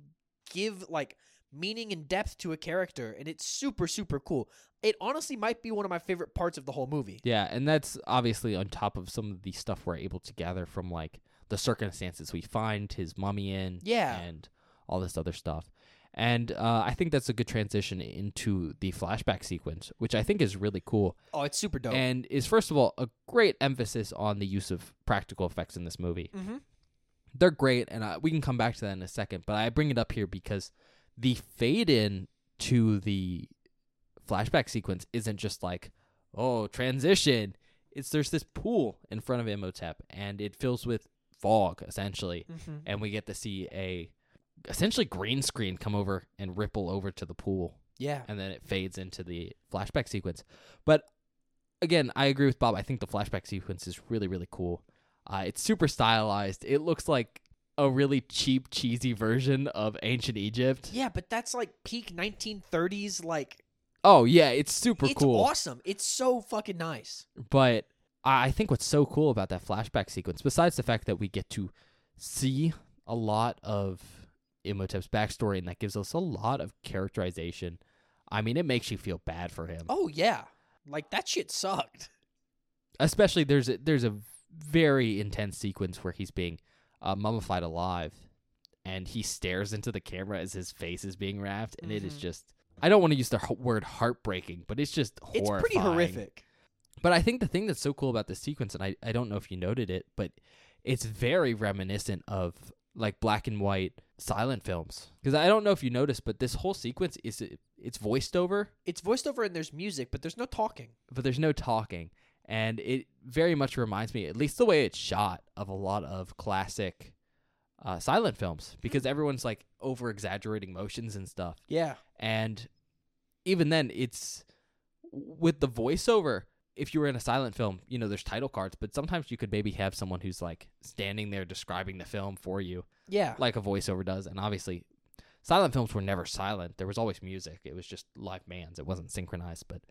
give like meaning and depth to a character, and it's super super cool. It honestly might be one of my favorite parts of the whole movie.
Yeah, and that's obviously on top of some of the stuff we're able to gather from like the circumstances we find his mummy in,
Yeah.
and all this other stuff. And uh, I think that's a good transition into the flashback sequence, which I think is really cool.
Oh, it's super dope.
and is first of all a great emphasis on the use of practical effects in this movie.
mm-hmm.
They're great, and I, we can come back to that in a second. But I bring it up here because the fade in to the flashback sequence isn't just like oh transition. It's there's this pool in front of Imhotep, and it fills with fog essentially,
Mm-hmm.
and we get to see a essentially green screen come over and ripple over to the pool
Yeah.
and then it fades into the flashback sequence. But again, I agree with Bob. I think the flashback sequence is really, really cool. Uh, it's super stylized. It looks like a really cheap, cheesy version of ancient Egypt.
Yeah, but that's like peak 1930s like
Oh yeah, it's super
it's
cool.
awesome. It's so fucking nice.
But I I think what's so cool about that flashback sequence, besides the fact that we get to see a lot of Imhotep's backstory, and that gives us a lot of characterization. I mean, it makes you feel bad for him.
Oh yeah. Like that shit sucked.
especially there's a, there's a very intense sequence where he's being uh, mummified alive, and he stares into the camera as his face is being wrapped, and it is
Mhm.
just I don't want to use the h- word heartbreaking, but it's just horrifying.
It's pretty horrific.
But I think the thing that's so cool about this sequence, and I, I don't know if you noted it, but it's very reminiscent of like black and white silent films. Because I don't know if you noticed, but this whole sequence is it's voiced over,
It's voiced over and there's music, but there's no talking.
but there's no talking, and it very much reminds me, at least the way it's shot, of a lot of classic uh, silent films. Because everyone's like over exaggerating motions and stuff,
Yeah.
and even then, it's with the voiceover. If you were in a silent film, you know, there's title cards, but sometimes you could maybe have someone who's like standing there describing the film for you
Yeah.
like a voiceover does. And obviously, silent films were never silent. There was always music. It was just live bands. It wasn't synchronized. But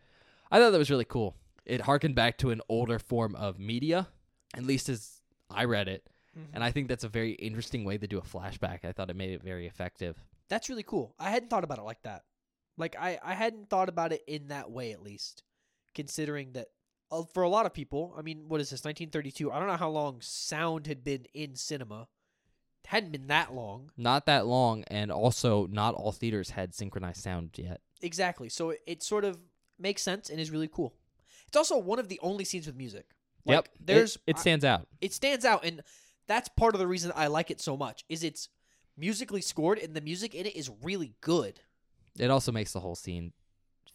I thought that was really cool. It harkened back to an older form of media, at least as I read it.
Mm-hmm.
And I think that's a very interesting way to do a flashback. I thought it made it very effective.
That's really cool. I hadn't thought about it like that. Like I, I hadn't thought about it in that way at least, considering that uh, for a lot of people, I mean, what is this 1932? I don't know how long sound had been in cinema. It hadn't been that long.
Not that long, and also not all theaters had synchronized sound yet.
Exactly. So it, it sort of makes sense and is really cool. It's also one of the only scenes with music. Like,
It-
There's
it, stands out.
it stands out and that's part of the reason I like it so much is it's musically scored and the music in it is really good.
It also makes the whole scene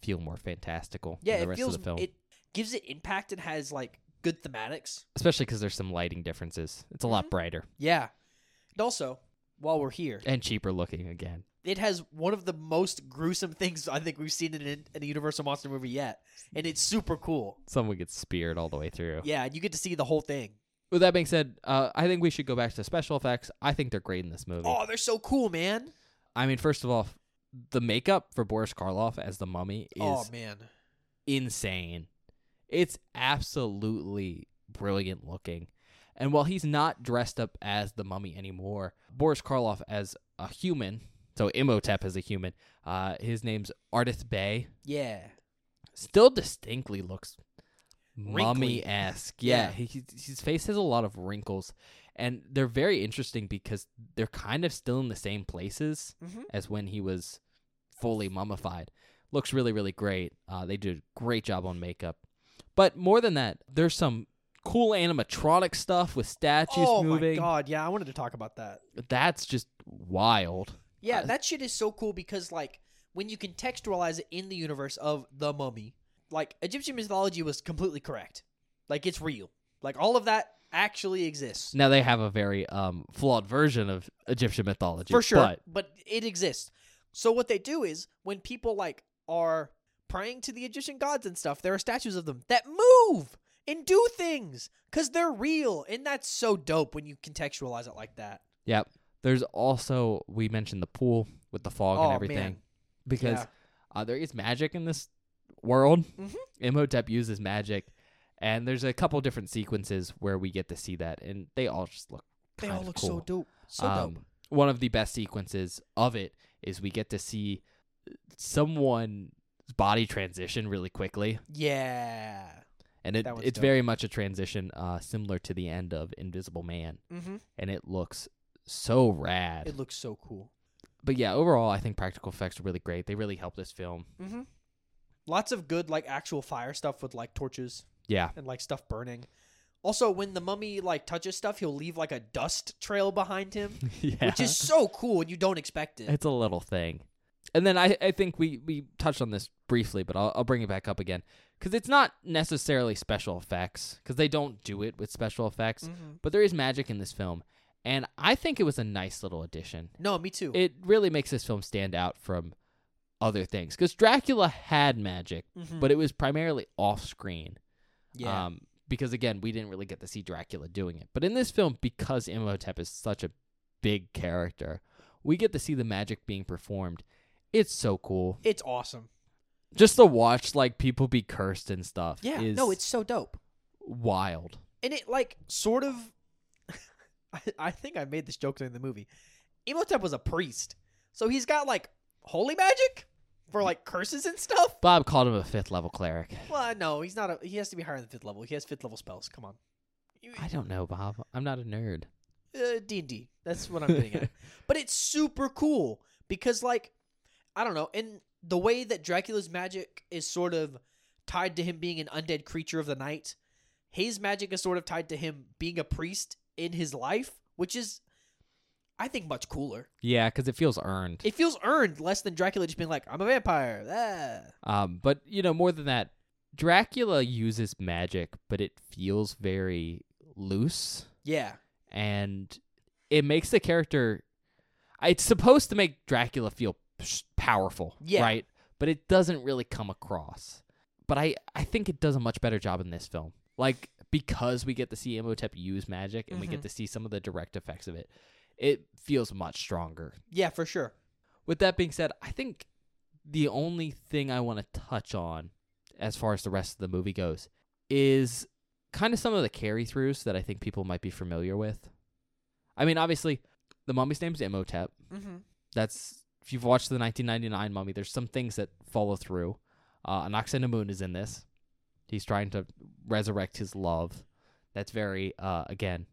feel more fantastical.
Yeah,
than the
it
rest
feels
of the film.
it gives it impact and has like good thematics.
especially because there's some lighting differences. It's a
Mhm.
lot brighter
Yeah. And also, while we're here,
and cheaper looking again.
it has one of the most gruesome *laughs* things I think we've seen in, an- in a Universal Monster movie yet, and it's super cool.
Someone gets speared all the way through.
Yeah, and you get to see the whole thing.
With that being said, uh, I think we should go back to special effects. I think they're great in this movie.
Oh, they're so cool, man.
I mean, first of all, the makeup for Boris Karloff as the mummy is
Oh man.
insane. It's absolutely brilliant looking. And while he's not dressed up as the mummy anymore, Boris Karloff as a human, so Imhotep as a human, uh, his name's Artith Bay.
Yeah.
still distinctly looks
Wrinkly.
mummy esque. Yeah,
Yeah.
He, he- his face has a lot of wrinkles, and they're very interesting because they're kind of still in the same places
Mhm.
as when he was fully mummified. Looks really, really great. Uh, they did a great job on makeup, but more than that, there's some cool animatronic stuff with statues
oh
moving.
my god. Yeah, I wanted to talk about that.
That's just wild.
Yeah,
Uh,
that shit is so cool because like when you contextualize it in the universe of the mummy, like Egyptian mythology was completely correct. Like it's real. Like all of that actually exists.
Now they have a very um, flawed version of Egyptian mythology
for sure
but
but, it exists so what they do is when people like are praying to the egyptian gods and stuff there are statues of them that move and do things because they're real and that's so dope when you contextualize it like that
Yep. There's also we mentioned the pool with the fog and
Oh,
everything
man.
because
Yeah.
uh, there is magic in this world.
Mhm.
Imhotep uses magic, and there's a couple different sequences where we get to see that, and they all just look.
they
kind
all
of
look
cool.
so dope so dope
Um, One of the best sequences of it is we get to see someone's body transition really quickly,
yeah
and it
That one's
it's
dope.
very much a transition uh, similar to the end of Invisible Man,
mm-hmm.
and it looks so rad.
it looks so cool
but yeah, overall, I think practical effects are really great. They really help this film.
mm-hmm. lots of good like actual fire stuff with like torches
Yeah, *laughs*
and like stuff burning also when the mummy like touches stuff he'll leave like a dust trail behind him
*laughs* yeah,
which is so cool and you don't expect it
it's a little thing. And then I, I think we, we touched on this briefly, but I'll, I'll bring it back up again because it's not necessarily special effects because they don't do it with special effects,
Mm. Mm-hmm.
but there is magic in this film, and I think it was a nice little addition.
No, me too.
It really makes this film stand out from other things because Dracula had magic,
Mhm.
but it was primarily off screen.
yeah,
Um, because again, we didn't really get to see Dracula doing it. But in this film, because Imhotep is such a big character, we get to see the magic being performed. It's so cool.
it's awesome.
Just to watch like people be cursed and stuff.
Yeah,
is
no, it's so dope.
wild.
And it like sort of. *laughs* I, I think I made this joke during the movie. Imhotep was a priest, so he's got like holy magic for like curses and stuff.
Bob called him a fifth level cleric.
Well, no, he's not. A, he has to be higher than fifth level. He has fifth level spells. Come on,
I don't know, Bob. I'm not a nerd.
uh, D and D. That's what I'm getting
*laughs*
at. But it's super cool because, like, I don't know, and the way that Dracula's magic is sort of tied to him being an undead creature of the night, his magic is sort of tied to him being a priest in his life, which is, I think, much cooler.
Yeah, because it feels earned.
It feels earned less than Dracula just being like, "I'm a vampire." Ah.
Um, but you know, more than that, Dracula uses magic, but it feels very loose,
Yeah,
and it makes the character. It's supposed to make Dracula feel sh- powerful,
Yeah.
right? But it doesn't really come across. But I, I think it does a much better job in this film. Like because we get to see Imhotep E use magic and we get to see some of the direct effects of it, it feels much stronger
yeah, for sure.
with that being said, I think the only thing I want to touch on as far as the rest of the movie goes is kind of some of the carry throughs that I think people might be familiar with. I mean, obviously, the mummy's name's Imhotep.
Mm-hmm.
That's if you've watched the 1999 Mummy, there's some things that follow through. Uh, Anoxena Moon is in this. He's trying to resurrect his love. That's very, uh, again,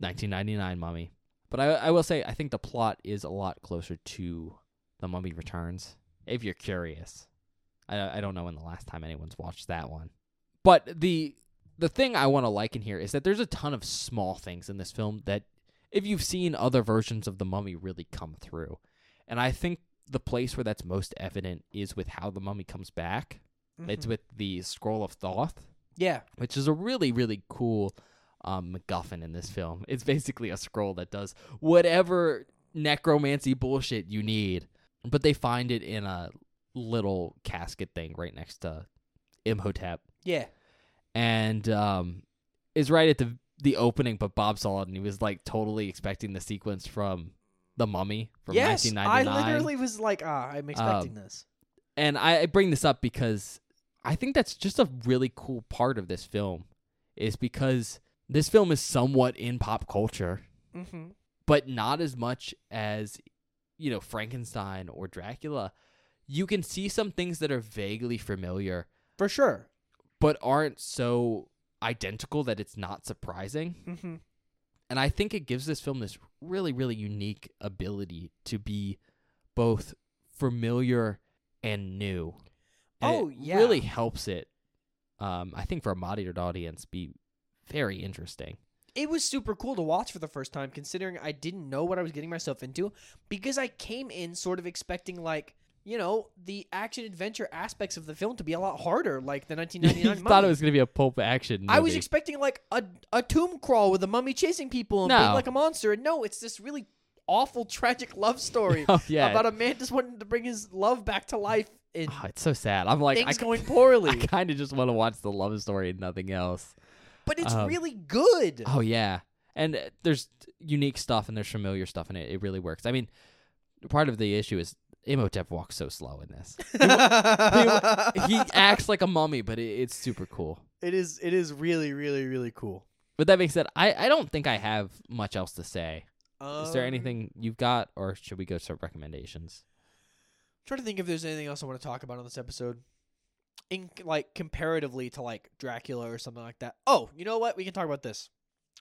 1999 Mummy. But I, I will say, I think the plot is a lot closer to The Mummy Returns. If you're curious, I, I don't know when the last time anyone's watched that one. But the the thing I want to like in here is that there's a ton of small things in this film that, if you've seen other versions of The Mummy, really come through. And I think the place where that's most evident is with how the mummy comes back.
Mm-hmm.
It's with the scroll of Thoth,
yeah,
which is a really really cool um, MacGuffin in this film. *laughs* It's basically a scroll that does whatever necromancy bullshit you need, but they find it in a little casket thing right next to Imhotep
yeah,
and um, is right at the the opening. But Bob saw it and he was like totally expecting the sequence from the Mummy from
yes. I
1999.
literally was like, "Ah, I'm expecting
Um,
this."
and I, I bring this up because I think that's just a really cool part of this film is because this film is somewhat in pop culture,
Mm-hmm.
but not as much as you know Frankenstein or Dracula. You can see some things that are vaguely familiar,
For sure.
but aren't so identical that it's not surprising.
Mm-hmm.
and I think it gives this film this really, really unique ability to be both familiar and new. And
Oh,
it
yeah.
really helps it. Um, I think for a modern audience, be very interesting.
*laughs* it was super cool to watch for the first time considering I didn't know what I was getting myself into because I came in sort of expecting like you know the action adventure aspects of the film to be a lot harder
*laughs*
like the
you
1999
thought it
mummy.
was gonna be a pulp action. Movie.
I was expecting like a a tomb crawl with a mummy chasing people and being
No.
like a monster and no it's this really awful tragic love story
*laughs* *laughs* oh yeah.
about a man just wanting to bring his love back to life and
oh, it's so sad. I'm *sighs* like, I,
things going poorly
I kind of just want to watch the love story and nothing else.
but it's
um,
really
*laughs*
good
Oh yeah, and uh, there's unique stuff and there's familiar stuff, and it, it really works. I mean, part of the issue is Imhotep walks so slow in this.
*laughs*
he acts like a mummy, but it, it's super cool.
it is it is really really really cool
With that being said, I, I don't think I have much else to say. Is there
Um,
anything you've got, or should we go to recommendations?
trying to think if there's anything else I want to talk about on this episode. In like comparatively to like Dracula or something like that. Oh, you know what? We can talk about this.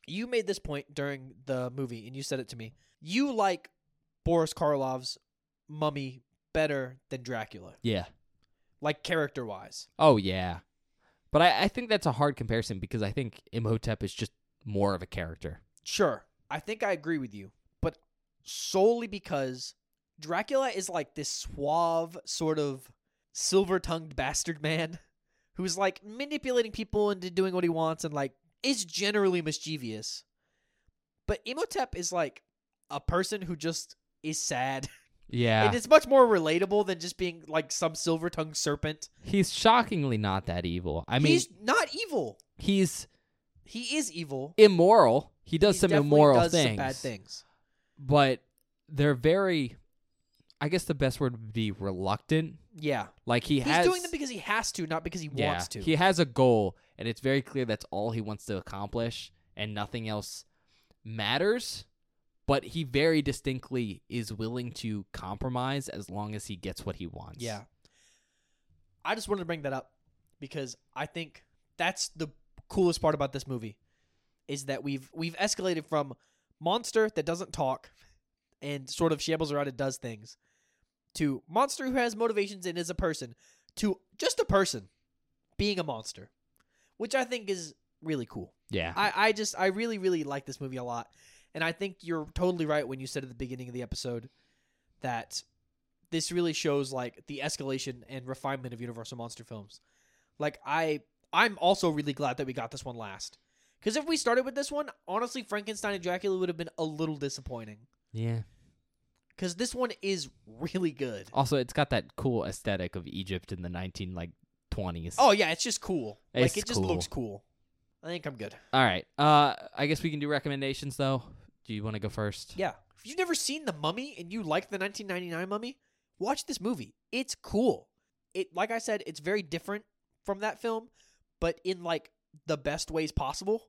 You made this point during the movie and you said it to me. You like Boris Karloff's mummy better than Dracula,
Yeah.
like character wise.
Oh yeah. But I, I think that's a hard comparison because I think Imhotep is just more of a character.
Sure. I think I agree with you, but solely because Dracula is like this suave, sort of silver tongued bastard man *laughs* who's like manipulating people into doing what he wants and like is generally mischievous. But Imhotep is like a person who just is sad. *laughs*
Yeah.
And it's much more relatable than just being like some silver tongued serpent.
He's shockingly not that evil. I mean,
he's not evil.
he's
He is evil.
immoral. He does
He
some
definitely
immoral
does
things.
Some bad things.
But they're very I guess the best word would be reluctant.
Yeah.
Like he
He's
has
doing them because he has to, not because he wants to.
He has a goal, and it's very clear that's all he wants to accomplish, and nothing else matters. But he very distinctly is willing to compromise as long as he gets what he wants.
yeah. I just wanted to bring that up because I think that's the coolest part about this movie is that we've we've escalated from monster that doesn't talk and sort of shambles around and does things to monster who has motivations and is a person to just a person being a monster, which I think is really cool.
Yeah.
I, I just I really really like this movie a lot, and I think you're totally right when you said at the beginning of the episode that this really shows like the escalation and refinement of Universal monster films. Like I I'm also really glad that we got this one last because if we started with this one, honestly, Frankenstein and Dracula would have been a little disappointing
yeah.
because this one is really good.
Also, it's got that cool aesthetic of Egypt in the 19 like 20s.
Oh yeah, it's just cool.
It's
like it just
cool.
looks cool. I think I'm good.
All right. Uh, I guess we can do recommendations though. Do you want to go first?
Yeah. If you've never seen The Mummy and you like the 1999 Mummy, watch this movie. It's cool. It like I said, it's very different from that film, but in like the best ways possible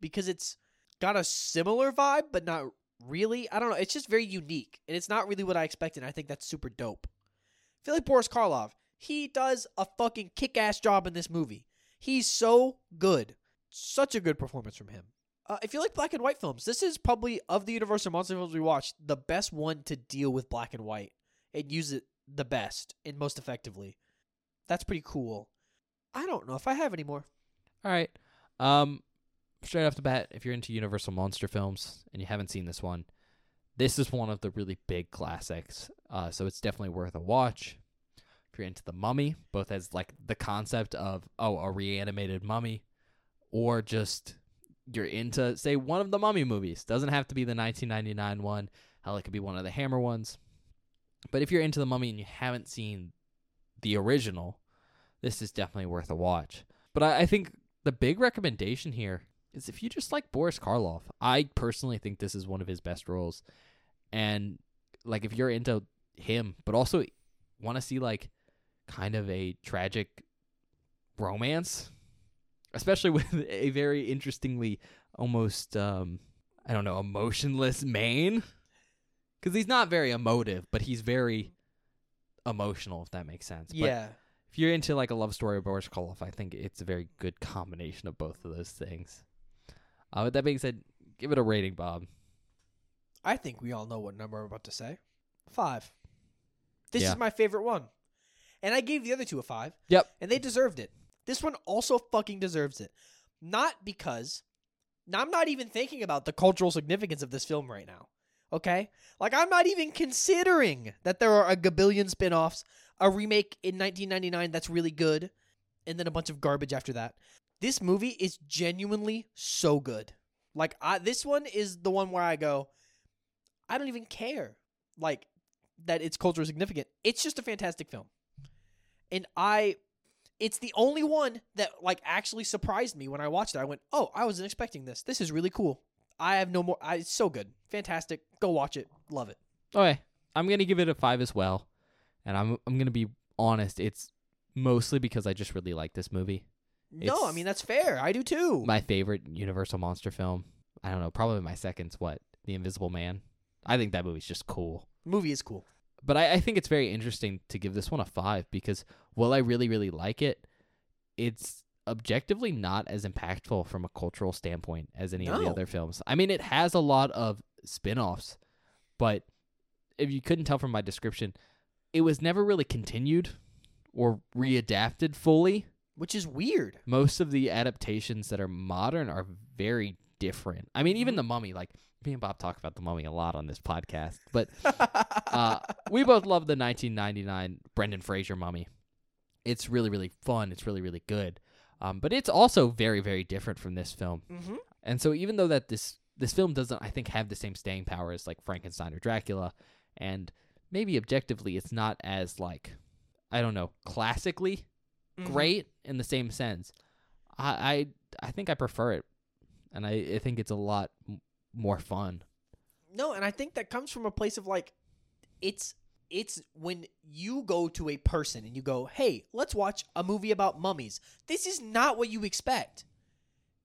because it's got a similar vibe but not really. I don't know. It's just very unique and it's not really what I expected. and I think that's super dope. I feel like Boris Karloff, he does a fucking kick-ass job in this movie. He's so good. Such a good performance from him. Uh, if you like black and white films, this is probably of the Universal monster films we watched the best one to deal with black and white and use it the best and most effectively. That's pretty cool. I don't know if I have any more.
All right. Um, straight off the bat, if you're into Universal monster films and you haven't seen this one, this is one of the really big classics. Uh, so it's definitely worth a watch. If you're into the mummy, both as like the concept of oh a reanimated mummy, or just you're into say one of the mummy movies. Doesn't have to be the 1999 one. Hell, it could be one of the Hammer ones. But if you're into the mummy and you haven't seen the original, this is definitely worth a watch. But I, I think the big recommendation here is if you just like Boris Karloff, I personally think this is one of his best roles. And like if you're into him, but also want to see like kind of a tragic romance, especially *laughs* with a very interestingly almost um I don't know, emotionless main cuz he's not very emotive, but he's very emotional if that makes sense. But
yeah.
if you're into like a love story of Boris Karloff, I think it's a very good combination of both of those things. Uh, with that being said, give it a rating, Bob.
I think we all know what number I'm about to say. Five. This
Yeah.
is my favorite one. And I gave the other two a five.
Yep.
And they deserved it. This one also fucking deserves it. Not because now I'm not even thinking about the cultural significance of this film right now. Okay? Like I'm not even considering that there are a gabillion spin-offs, a remake in 1999 that's really good, and then a bunch of garbage after that. This movie is genuinely so good. Like I this one is the one where I go, I don't even care like that it's culturally significant. It's just a fantastic film. And I it's the only one that like actually surprised me when I watched it. I went, "Oh, I wasn't expecting this. This is really cool." I have no more I, it's so good. Fantastic. Go watch it. Love it.
Okay, I'm gonna give it a five as well, and I'm I'm gonna be honest. It's mostly because I just really like this movie.
no,
It's-
I mean that's fair. I do too.
My favorite Universal monster film. I don't know. Probably my second's what The Invisible Man. I think that movie's just cool.
Movie is cool.
But I, I think it's very interesting to give this one a five because while I really really like it, it's objectively not as impactful from a cultural standpoint as any of the
No.
other films. I mean, it has a lot of spin-offs, but if you couldn't tell from my description, it was never really continued or readapted fully.
Which is
*laughs*
weird.
Most of the adaptations that are modern are very different. I mean, even
Mhm.
the Mummy. Like me and Bob talk about the Mummy a lot on this podcast, but
Mm-hmm.
uh, we both love the 1999 Brendan Fraser Mummy. It's really, really fun. It's really, really good. Um, but it's also very, very different from this film.
hmm
And so even though that this this film doesn't I think have the same staying power as like Frankenstein or Dracula and maybe objectively it's not as like I don't know, classically
Mm-hmm.
great in the same sense. I I, I think I prefer it. And I, I think it's a lot m- more fun.
No, and I think that comes from a place of like it's it's when you go to a person and you go, "Hey, let's watch a movie about mummies." This is not what you expect.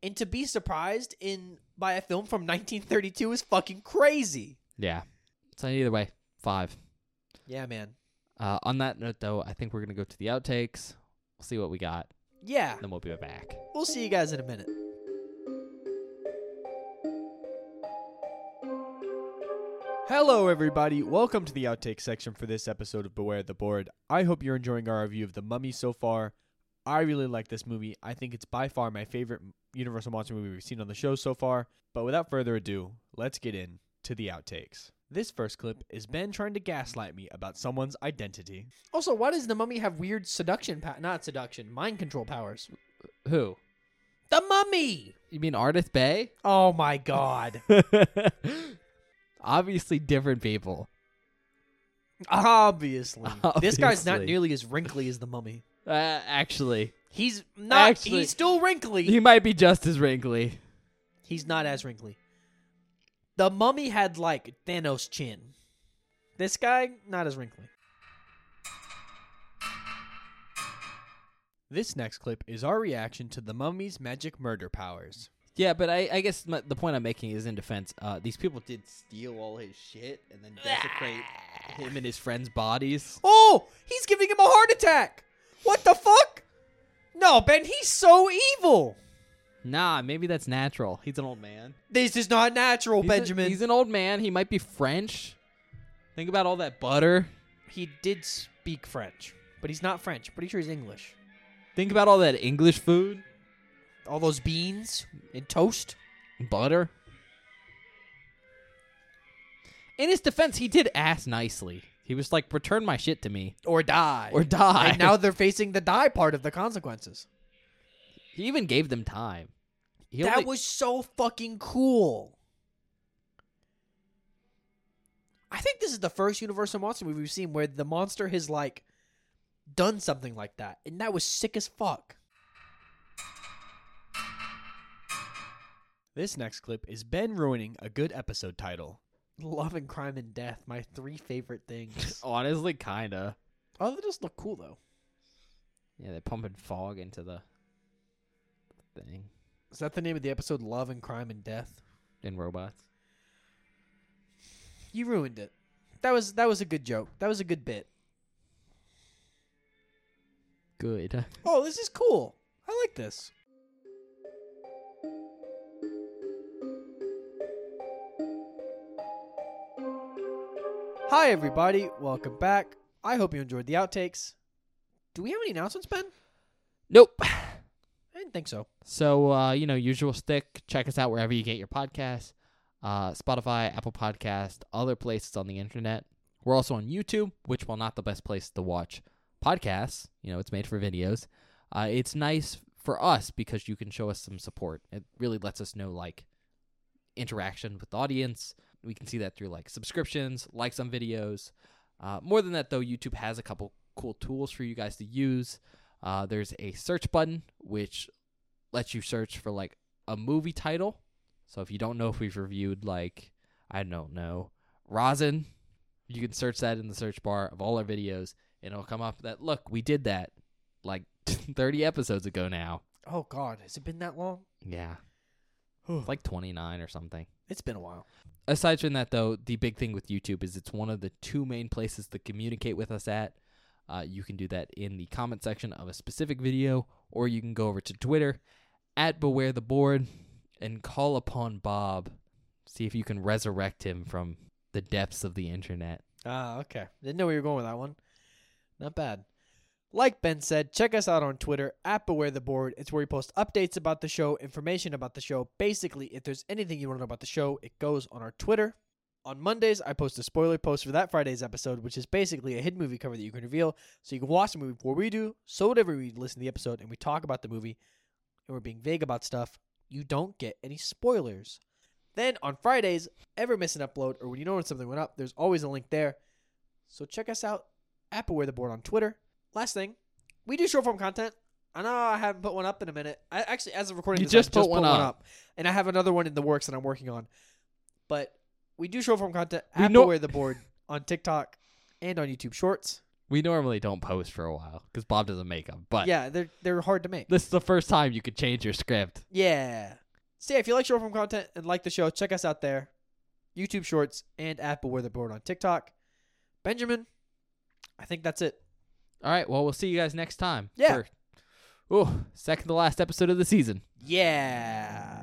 And to be surprised in by a film from *laughs* 1932 is fucking crazy.
Yeah. So either way, five.
Yeah, man.
Uh, on that note, though, I think we're going to go to the outtakes. We'll see what we got,
Yeah.
and then we'll be right back.
We'll see you guys in a minute.
Hello, everybody. Welcome to the outtake section for this episode of Beware the Board. I hope you're enjoying our review of The Mummy so far.
I really like this movie. I think it's by far my favorite Universal Monster movie we've seen on the show so far. But without further ado, let's get in to the outtakes. This first clip is Ben trying to gaslight me about someone's identity.
Also, why does the mummy have weird seduction? Pa- not seduction, mind control powers.
Who?
The mummy.
You mean Artith Bay?
Oh my god.
*laughs* Obviously different people.
*laughs*
Obviously. this guy's not
Obviously.
nearly as wrinkly as the mummy.
Uh, actually,
He's not.
Actually-
he's still wrinkly.
he might be just as wrinkly.
he's not as wrinkly. The mummy had like Thanos chin. This guy not as wrinkly.
This next clip is our reaction to the mummy's magic murder powers.
Yeah, but I, I guess my, the point I'm making is in defense. Uh, these people did steal all his shit and then *laughs* desecrate him and his friends' bodies.
Oh, he's giving him a heart attack. What the fuck? No, Ben, he's so evil.
Nah, maybe that's natural. He's an old man.
This is not natural,
He's a-
Benjamin.
he's an old man. He might be French. Think about all that butter.
he did speak French, but he's not French. Pretty sure he's English.
Think about all that English food.
All those beans and toast.
Butter. In his defense, he did ask nicely. He was like, return my shit to me
Or die.
or die.
And now they're facing the die part of the consequences.
he even gave them time. He
that
only-
was so fucking cool. I think this is the first Universal Monster movie we've seen where the monster has like done something like that, and that was sick as fuck.
This next clip is Ben ruining a good episode title.
Love and crime and death, my three favorite
*laughs*
things.
*laughs* honestly kinda.
oh, they just look cool though.
Yeah, they're pumping fog into the thing
Is that the name of the episode? Love and crime and death.
in robots.
You ruined it. That was that was a good joke. That was a good bit.
Good.
Oh, this is cool. I like this. Hi, everybody. Welcome back. I hope you enjoyed the outtakes. Do we have any announcements, Ben?
Nope.
I didn't think so.
So uh, you know, usual stick. Check us out wherever you get your podcasts. Uh, Spotify, Apple Podcast, other places on the internet. We're also on YouTube, which while not the best place to watch podcasts, you know, it's made for videos. Uh, it's nice for us because you can show us some support. It really lets us know like interaction with the audience. We can see that through like subscriptions, likes on videos. Uh, more than that, though, YouTube has a couple cool tools for you guys to use. Uh, there's a search button which lets you search for like a movie title. So if you don't know if we've reviewed like I don't know Rosin, you can search that in the search bar of all our videos, and it'll come up that look we did that like *laughs* 30 episodes ago now.
Oh, God. Has it been that long?
Yeah, it's like 29 or something.
It's been a while.
aside from that though the big thing with youtube is it's one of the two main places to communicate with us at uh, you can do that in the comment section of a specific video or you can go over to twitter at beware the board and call upon bob see if you can resurrect him from the depths of the internet
Ah, okay. Didn't know where you were going with that one. Not bad. Like Ben said, check us out on Twitter at Beware the Board. It's where we post updates about the show, information about the show. Basically, if there's anything you want to know about the show, it goes on our Twitter. On Mondays, I post a spoiler post for that Friday's episode, which is basically a hidden movie cover that you can reveal. So you can watch the movie before we do, so whatever we listen to the episode, and we talk about the movie, and we're being vague about stuff. You don't get any spoilers. Then on Fridays, ever miss an upload or when you know when something went up, there's always a link there. So check us out at Beware the Board on Twitter. Last thing, we do short form content. I know I haven't put one up in a minute. I actually, as of recording,
You
this, I
just put one up.
and I have another one in the works that I'm working on. But we do short form content
We
at
know-
Beware the Board *laughs* on TikTok and on YouTube Shorts.
we normally don't post for a while because bob doesn't make them but
Yeah, they're they're hard to make.
this is the first time you could change your script
Yeah. So yeah, if you like short form content and like the show, check us out there. YouTube Shorts and at Beware the Board on TikTok. Benjamin, I think that's it.
all right well we'll see you guys next time
Yeah.
for- ooh, second to last episode of the season
Yeah.